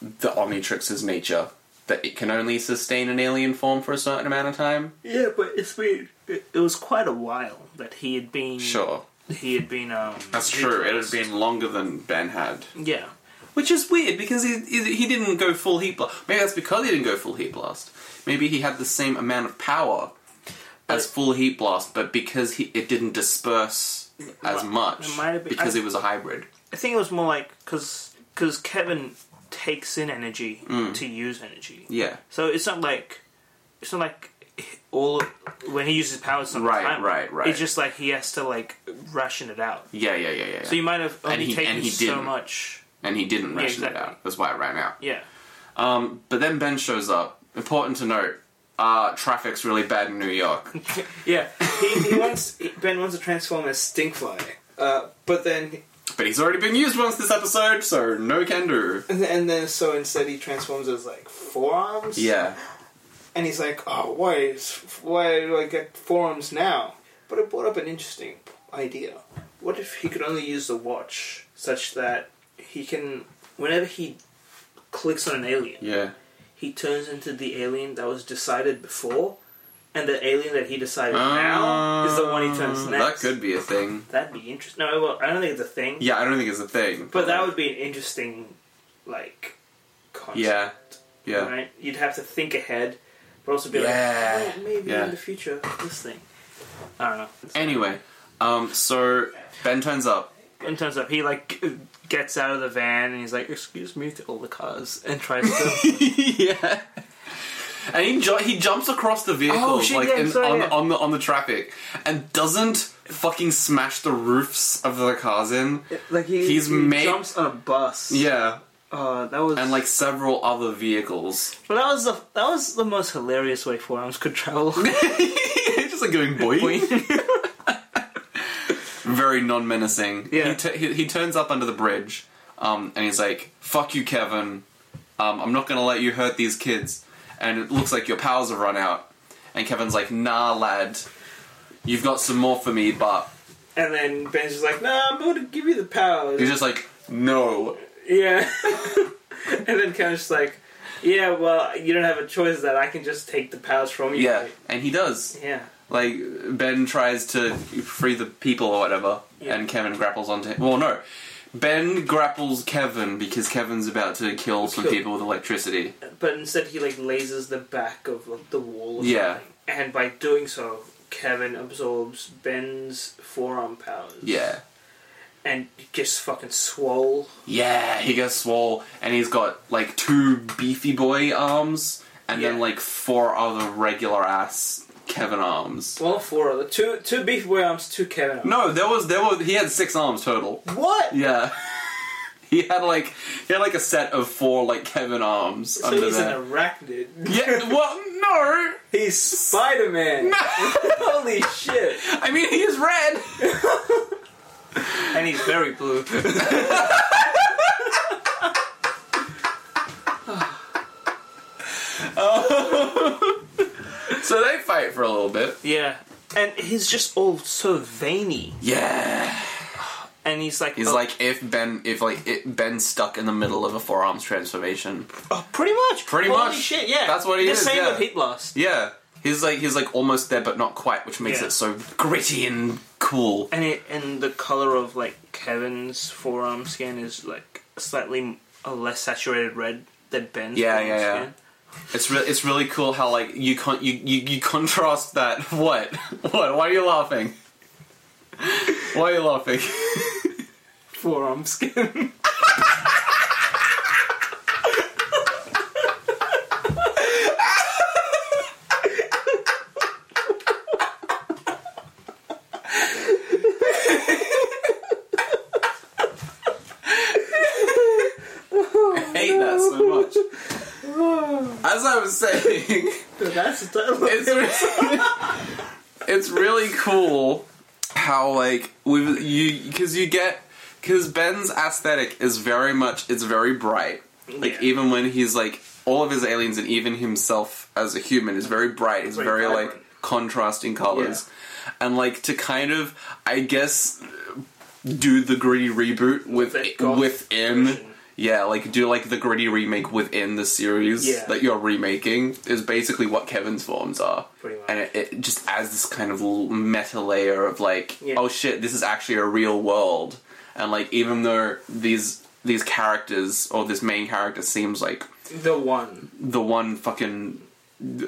S1: the Omnitrix's nature that it can only sustain an alien form for a certain amount of time.
S2: yeah, but it's been it, it was quite a while that he had been.
S1: Sure.
S2: he had been. Um,
S1: That's true. It
S2: neutralized.
S1: has been longer than Ben had.
S2: Yeah,
S1: Which is weird because he, he he didn't go full heat blast. Maybe that's because he didn't go full heat blast. Maybe he had the same amount of power as
S2: But-
S1: full heat blast, but because he it didn't disperse as
S2: It mi-
S1: much
S2: it might have been-
S1: because
S2: I-
S1: it was a hybrid.
S2: I think it was more like because because Kevin takes in energy
S1: Mm.
S2: to use energy.
S1: Yeah,
S2: So it's not like it's not like all when he uses power. It's not
S1: Right,
S2: time.
S1: right, right.
S2: It's just like he has to like ration it out.
S1: yeah, yeah, yeah, yeah.
S2: So you might have only
S1: And he-
S2: taken
S1: and he
S2: so
S1: didn't.
S2: much.
S1: and he didn't ration
S2: exactly.
S1: it out. That's why it ran out.
S2: Yeah,
S1: Um, but then Ben shows up. Important to note: uh, traffic's really bad in New
S2: <laughs>
S1: York.
S2: yeah. He, he wants Ben wants to transform as Stinkfly, uh, but then
S1: but he's already been used once this episode, so no can do.
S2: and then so instead he transforms as like forearms.
S1: Yeah,
S2: and he's like, oh, why is why do I get forearms now? But it brought up an interesting idea. What if he could only use the watch such that he can, whenever he clicks on an alien,
S1: yeah,
S2: he turns into the alien that was decided before, and the alien that he decided now is the one he turns
S1: Uh,
S2: next.
S1: That could be a thing.
S2: That'd be interesting. No, well, I don't think it's a thing.
S1: Yeah, I don't think it's a thing.
S2: But that would be an interesting, like, concept.
S1: Yeah. Yeah.
S2: Right? You'd have to think ahead, but also be
S1: Yeah.
S2: like, oh, maybe
S1: Yeah.
S2: in the future, this thing. I don't know.
S1: Anyway, um, so Ben turns up.
S2: In terms of, he, like, g- gets out of the van and he's like, excuse me to all the cars and tries
S1: <laughs>
S2: to.
S1: <laughs> yeah. And he ju- he jumps across the vehicle
S2: Oh, shit,
S1: like
S2: yeah, I'm
S1: in,
S2: sorry,
S1: on,
S2: yeah.
S1: the, on the on the traffic and doesn't fucking smash the roofs of the cars in.
S2: like, he,
S1: He's
S2: he
S1: made-
S2: jumps on a bus.
S1: Yeah.
S2: Uh, that was.
S1: And like several other vehicles.
S2: But that was the, that was the most hilarious way forearms could
S1: <laughs>
S2: travel.
S1: Just like going boy. <laughs> Very non-menacing.
S2: Yeah.
S1: He, tu- he he turns up under the bridge, um, and he's like, "Fuck you, Kevin. Um, I'm not gonna let you hurt these kids." And it looks like your powers have run out. And Kevin's like, "Nah, lad. You've got some more for me, but."
S2: and then Ben's just like, nah, I'm gonna give you the power.
S1: He's just like, "No."
S2: Yeah. <laughs> and then Kevin's just like, yeah, well, you don't have a choice that I can just take the powers from you.
S1: Yeah. And he does.
S2: Yeah.
S1: Like Ben tries to free the people or whatever,
S2: Yeah.
S1: and Kevin grapples onto him. Well, no, Ben grapples Kevin because Kevin's about to kill some
S2: Kill.
S1: people with electricity.
S2: But instead, he like lasers the back of like, the wall. Or
S1: Yeah.
S2: Something. And by doing so, Kevin absorbs Ben's forearm powers.
S1: Yeah,
S2: And gets fucking swole.
S1: yeah, he gets swole, and he's got like two beefy boy arms, and then
S2: Yeah.
S1: like four other regular ass Kevin arms.
S2: Well, four other two two beef boy arms, two Kevin arms.
S1: No, there was there was he had six arms total.
S2: What?
S1: Yeah. <laughs> He had like he had like a set of four like Kevin arms
S2: So
S1: under
S2: he's
S1: there.
S2: an arachnid.
S1: Yeah, well, no.
S2: he's Spider Man. <laughs> Holy shit!
S1: I mean, he is red.
S2: And he's very blue.
S1: <laughs> So they fight for a little bit.
S2: yeah. And he's just all so veiny.
S1: Yeah.
S2: And he's like,
S1: He's
S2: oh,
S1: like if Ben, if like it, Ben stuck in the middle of a forearms transformation.
S2: oh, pretty much.
S1: Pretty
S2: Holy
S1: much.
S2: shit, yeah.
S1: That's what he
S2: the
S1: is,
S2: The same
S1: yeah.
S2: with Heat Blast.
S1: Yeah. He's like he's like almost there but not quite, which makes
S2: Yeah.
S1: it so gritty and cool.
S2: And it and the color of like Kevin's forearm skin is like slightly a less saturated red than Ben's.
S1: Yeah,
S2: forearm
S1: yeah, yeah.
S2: Skin.
S1: It's re- it's really cool how like you con- you, you you contrast that. <laughs> What what? Why are you laughing? Why are you laughing? <laughs>
S2: Forearm skin. <laughs>
S1: I hate that so much. <sighs> As I was saying,
S2: That's the title. <laughs>
S1: it's re- it's <laughs> really cool how like we you because you get because Ben's aesthetic is very much it's very bright. Like
S2: Yeah.
S1: even when he's like all of his aliens and even himself as a human is very bright. It's
S2: Very
S1: very, like
S2: vibrant.
S1: contrasting colors, and like to kind of I guess do the gritty reboot with
S2: That goth
S1: within.
S2: version.
S1: Yeah, like do like the gritty remake within the series
S2: Yeah.
S1: that you're remaking is basically what Kevin's forms are,
S2: Pretty much.
S1: and it, it just adds this kind of l- meta layer of like,
S2: Yeah.
S1: oh shit, this is actually a real world, and like even though these these characters or this main character seems like
S2: the one.
S1: the one fucking, uh,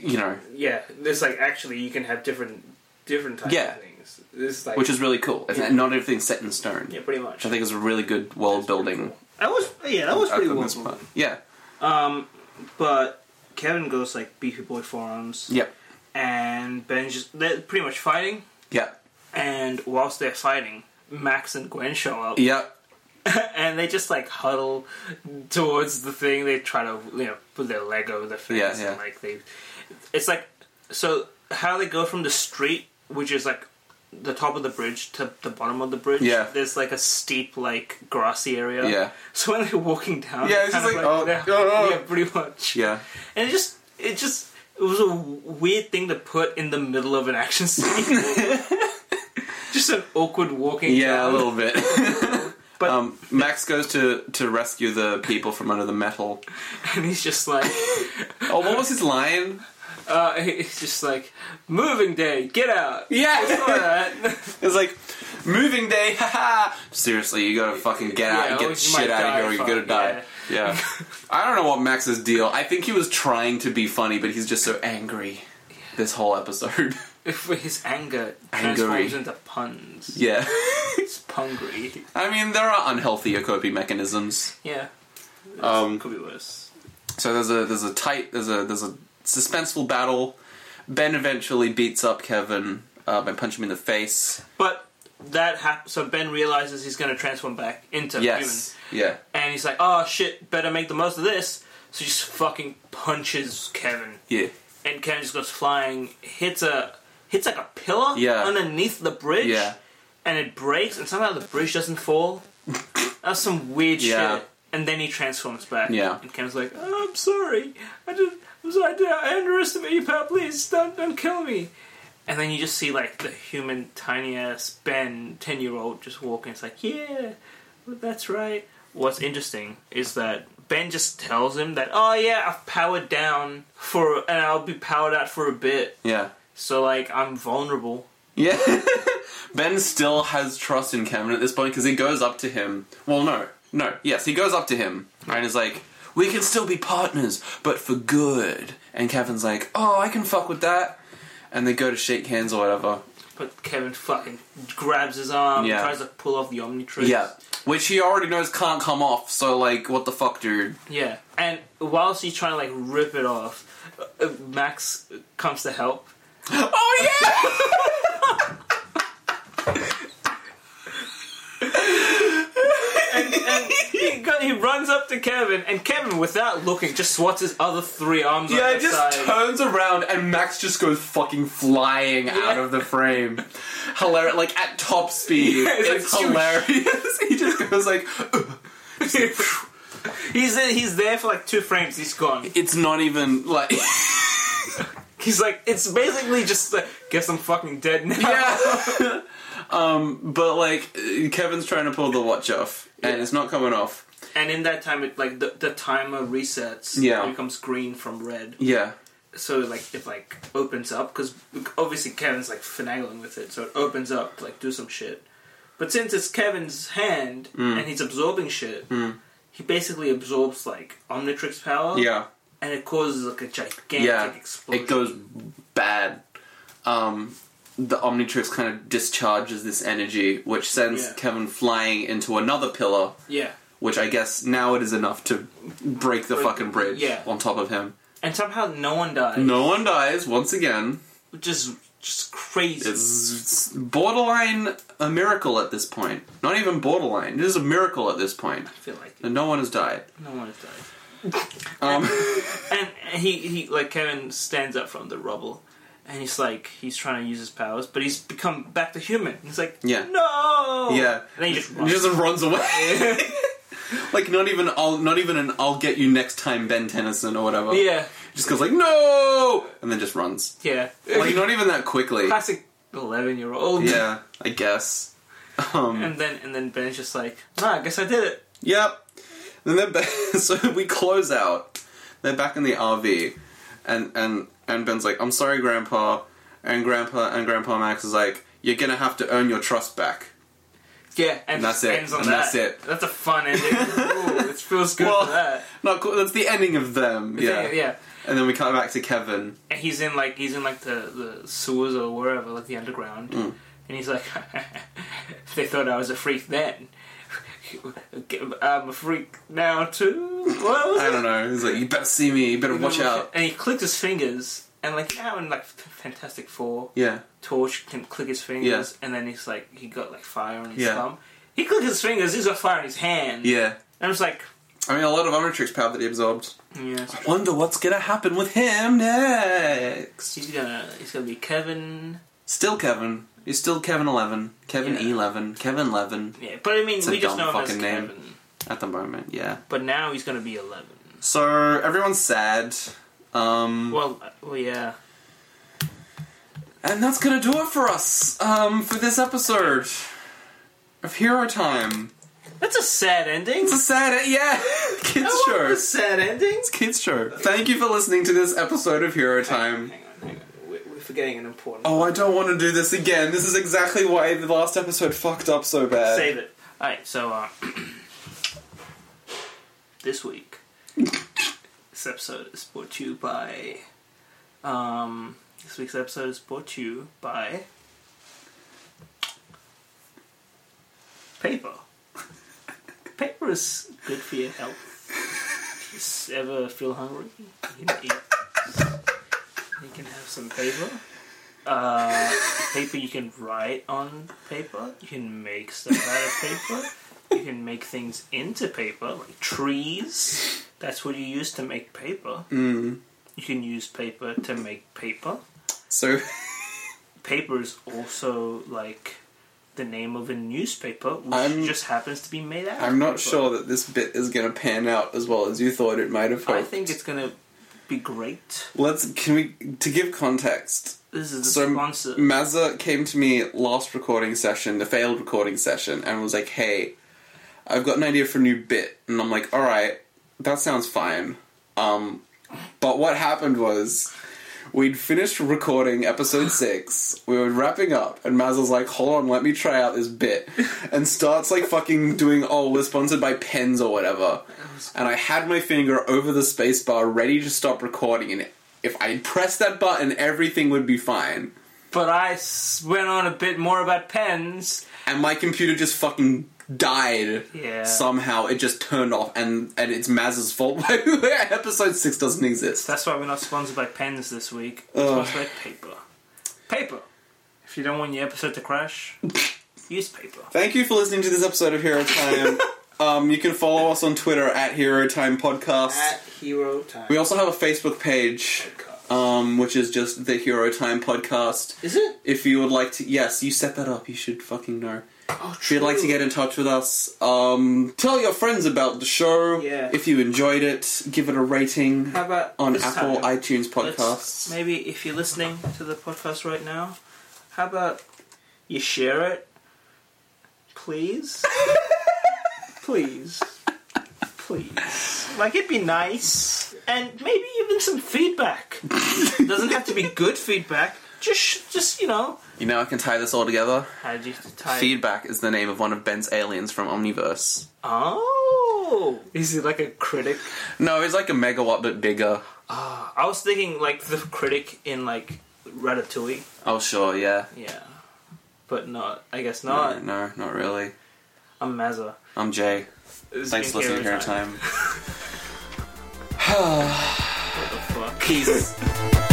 S1: you know,
S2: Yeah, there's like actually you can have different different types
S1: Yeah.
S2: of things. This is like
S1: which is really cool. It's
S2: Yeah.
S1: Not everything's set in stone,
S2: yeah, pretty much.
S1: which I think is a really good world building.
S2: That was yeah, that was pretty
S1: outcome
S2: well.
S1: is fun. Yeah.
S2: Um, but Kevin goes like beefy boy forearms,
S1: Yep.
S2: and Ben's just they're pretty much fighting.
S1: Yep.
S2: And whilst they're fighting, Max and Gwen show up,
S1: Yep.
S2: and they just like huddle towards the thing. They try to you know put their leg over the fence,
S1: Yeah, yeah.
S2: and like they, it's like so how they go from the street, which is like the top of the bridge to the bottom of the bridge.
S1: Yeah.
S2: there's like a steep like grassy area.
S1: Yeah.
S2: So when they're walking down,
S1: Yeah, it's
S2: kind
S1: just
S2: of
S1: like, oh,
S2: they're-
S1: oh, oh.
S2: yeah, pretty much.
S1: Yeah.
S2: And it just it just it was a w- weird thing to put in the middle of an action
S1: <laughs>
S2: scene. just an awkward walking.
S1: Yeah, a
S2: down.
S1: little bit.
S2: <laughs> But
S1: um, Max goes to to rescue the people from under the metal.
S2: and he's just like,
S1: Oh, what was his line?
S2: uh, he's just like, moving day, get out. All
S1: Yeah,
S2: right.
S1: it's like moving day. haha. Seriously, you gotta fucking get out
S2: Yeah,
S1: and get
S2: or
S1: the
S2: you might
S1: shit out of
S2: die,
S1: here, or you're
S2: fuck,
S1: gonna die. Yeah.
S2: <laughs>
S1: I don't know what Max's deal. I think he was trying to be funny, but he's just so angry. This whole episode.
S2: <laughs>
S1: <laughs>
S2: If his anger
S1: Angry.
S2: transforms into puns,
S1: yeah.
S2: it's pungry.
S1: I mean, there are unhealthier coping mechanisms.
S2: Yeah,
S1: Um,
S2: could be worse.
S1: So there's a there's a tight there's a there's a suspenseful battle. Ben eventually beats up Kevin uh, by punching him in the face.
S2: But that hap- so Ben realizes he's going to transform back into human.
S1: Yes, yeah,
S2: and he's like, "Oh shit, better make the most of this." So he just fucking punches Kevin,
S1: yeah,
S2: and Kevin just goes flying, hits a hits like a pillar
S1: Yeah.
S2: underneath the bridge,
S1: Yeah.
S2: and it breaks, and somehow the bridge doesn't
S1: <laughs>
S2: fall. That's some weird
S1: Yeah.
S2: shit. And then he transforms back.
S1: Yeah.
S2: and Kevin's like, oh, "I'm sorry, I just, I'm sorry, I, did, I underestimated you, pal. Please don't, don't kill me." And then you just see like the human tiny ass Ben, ten year old, just walking. It's like, yeah, well, that's right. What's interesting is that Ben just tells him that, oh yeah, I've powered down for, and I'll be powered out for a bit.
S1: yeah,
S2: So like, I'm vulnerable.
S1: yeah. <laughs> ben still has trust in Kevin at this point because he goes up to him. Well, no, no, yes, he goes up to him and is like, "We can still be partners, but for good." And Kevin's like, "Oh, I can fuck with that." And they go to shake hands or whatever.
S2: But Kevin fucking grabs his arm,
S1: Yeah.
S2: tries to pull off the Omnitrix.
S1: Yeah, which he already knows can't come off. So like, what the fuck, dude?
S2: Yeah, and whilst he's trying to like rip it off, uh, uh, Max comes to help.
S1: Oh yeah.
S2: And
S1: <laughs>
S2: he, go- he runs up to Kevin, and Kevin, without looking, just swats his other three arms.
S1: Yeah,
S2: on
S1: it
S2: the
S1: just
S2: side.
S1: turns around and Max just goes fucking flying out of the frame. Hilarious, like at top speed.
S2: Yeah, it's like,
S1: it's
S2: "Shoo."
S1: hilarious. <laughs> he just goes like, "Ugh."
S2: <laughs> he's he's there for like two frames. He's gone.
S1: it's not even like, <laughs>
S2: He's like it's basically just like guess I'm fucking dead now.
S1: yeah. um, but like Kevin's trying to pull the watch off and
S2: Yeah.
S1: it's not coming off.
S2: And in that time, it like the, the timer resets.
S1: Yeah.
S2: it becomes green from red,
S1: Yeah,
S2: so like it like opens up because obviously Kevin's like finagling with it, so it opens up to, like do some shit. But since it's Kevin's hand
S1: Hmm.
S2: and he's absorbing shit, he basically absorbs like Omnitrix power,
S1: Yeah.
S2: and it causes like a gigantic
S1: Yeah.
S2: explosion.
S1: It goes bad. Um, the Omnitrix kind of discharges this energy, which sends
S2: Yeah.
S1: Kevin flying into another pillar,
S2: yeah,
S1: which I guess now it is enough to break the
S2: Break-
S1: fucking bridge
S2: yeah.
S1: on top of him.
S2: and somehow no one died.
S1: No one dies once again.
S2: which is just crazy.
S1: It's it's borderline a miracle at this point. Not even borderline. It is a miracle at this point.
S2: I feel like
S1: And no one has died.
S2: no one has died. <laughs>
S1: Um,
S2: And he, he like Kevin stands up from the rubble, and he's like he's trying to use his powers, but he's become back to human. He's like
S1: Yeah.
S2: no
S1: yeah.
S2: and then he just
S1: He
S2: runs.
S1: just runs
S2: <laughs>
S1: away. like not even I'll not even an I'll get you next time Ben Tennyson or whatever.
S2: yeah
S1: Just goes like no, and then just runs.
S2: yeah
S1: Like not even
S2: <laughs>
S1: that quickly.
S2: classic eleven year old
S1: Yeah, I guess. Um,
S2: and then and then Ben's just like nah I guess I did it
S1: Yep. Then they're ba- <laughs> so we close out. They're back in the RV, and and and Ben's like, "I'm sorry, Grandpa," and Grandpa and Grandpa Max is like, "You're gonna have to earn your trust back."
S2: yeah and,
S1: that's
S2: just
S1: it.
S2: ends on
S1: And
S2: that.
S1: that's it.
S2: that's a fun ending
S1: <laughs>
S2: Ooh, it feels good
S1: Well,
S2: for that
S1: No, cool. That's the ending of them. Yeah.
S2: yeah
S1: And then we cut back to Kevin.
S2: and he's in like he's in like the, the sewers or wherever, like the underground,
S1: Mm.
S2: and he's like, <laughs> they thought I was a freak then. <laughs> I'm a freak now too. What was
S1: I don't know. He's like, "You better see me. You better
S2: it?
S1: watch out."
S2: And he clicks his fingers, and like now in like Fantastic Four,
S1: Yeah.
S2: Torch can click his fingers, and then he's like he got like fire on his
S1: Yeah.
S2: thumb. He clicked his fingers. He's got fire in his hand.
S1: Yeah.
S2: And it's like,
S1: I mean, a lot of Omnitrix power that he absorbed.
S2: yeah,
S1: I wonder what's gonna happen with him next.
S2: he's gonna he's gonna be Kevin.
S1: Still Kevin. He's still Kevin Eleven. Kevin
S2: Yeah.
S1: Eleven. Kevin Eleven.
S2: Yeah, but I mean,
S1: a
S2: we just
S1: dumb
S2: know him as
S1: fucking name.
S2: Kevin.
S1: At the moment, yeah.
S2: But now he's gonna be eleven.
S1: So everyone's sad. Um,
S2: Well, uh, well, yeah.
S1: and that's gonna do it for us um, for this episode of Hero Time.
S2: That's a sad ending.
S1: It's a sad, yeah, <laughs> kids
S2: I want
S1: show.
S2: the sad ending.
S1: It's kids show. Thank you for listening to this episode of Hero Time.
S2: Hang on, hang on. We're, we're forgetting an important.
S1: Oh, I don't want to do this again. This is exactly why the last episode fucked up so bad.
S2: Save it. All right. So, uh, <clears throat> this week, this episode is brought to you by. Um, this week's episode is brought to you by paper. Paper is good for your health. If you ever feel hungry, you can eat. You can have some paper. Uh, paper you can write on paper. You can make stuff out of paper. You can make things into paper, like trees. That's what you use to make paper.
S1: Mm.
S2: You can use paper to make paper.
S1: So <laughs>
S2: Paper is also like the name of a newspaper, which
S1: I'm-
S2: just happens to be made out. of
S1: I'm not
S2: paper.
S1: sure that this bit is gonna pan out as well as you thought it might have.
S2: I
S1: Hoped.
S2: think it's gonna be great.
S1: Let's can we to give context.
S2: This is the
S1: So
S2: sponsor.
S1: Mazza came to me last recording session, the failed recording session, and was like, "Hey, I've got an idea for a new bit," and I'm like, "All right, that sounds fine." Um, but what happened was we'd finished recording episode six, we were wrapping up, and Mazza's like, "Hold on, let me try out this bit," and starts like fucking doing, "Oh, we're sponsored by pens or whatever," and I had my finger over the space bar, ready to stop recording, and if I pressed that button, everything would be fine.
S2: but I s- went on a bit more about pens.
S1: and my computer just fucking died.
S2: Yeah.
S1: Somehow it just turned off, and and it's Maz's fault. <laughs> by the way. Episode six doesn't exist.
S2: That's why we're not sponsored by pens this week. We're
S1: Ugh.
S2: sponsored by paper. Paper. If you don't want your episode to
S1: <laughs>
S2: crash, use paper.
S1: Thank you for listening to this episode of Hero
S2: <laughs>
S1: Time. um, you can follow us on Twitter at Hero Time Podcast.
S2: Hero Time
S1: we also have a Facebook page, um, which is just the Hero Time Podcast.
S2: Is it?
S1: If you would like to, yes, you set that up. You should fucking know.
S2: Oh,
S1: If you'd like to get in touch with us, um, tell your friends about the show.
S2: Yeah.
S1: If you enjoyed it, give it a rating.
S2: How about
S1: on
S2: this
S1: Apple
S2: time?
S1: iTunes
S2: Let's-
S1: podcasts.
S2: Maybe if you're listening to the podcast right now, how about you share it? Please? Please. Please. Like, it'd be nice. And maybe even some feedback. doesn't have to be good feedback. Just, just you know.
S1: You know, I can tie this all together.
S2: How did you tie?
S1: Feedback is the name of one of Ben's aliens from Omniverse.
S2: Oh, is he like a critic?
S1: No, it's like a megawatt but bigger.
S2: Ah, I was thinking like the critic in like Ratatouille.
S1: Oh, sure, yeah.
S2: Yeah, but not. I guess
S1: No,
S2: not.
S1: no, not really.
S2: I'm Mazza.
S1: I'm Jay.
S2: This has
S1: Thanks for
S2: been
S1: listening to Hero
S2: Hero
S1: Time.
S2: What the fuck? <laughs>
S1: Peace.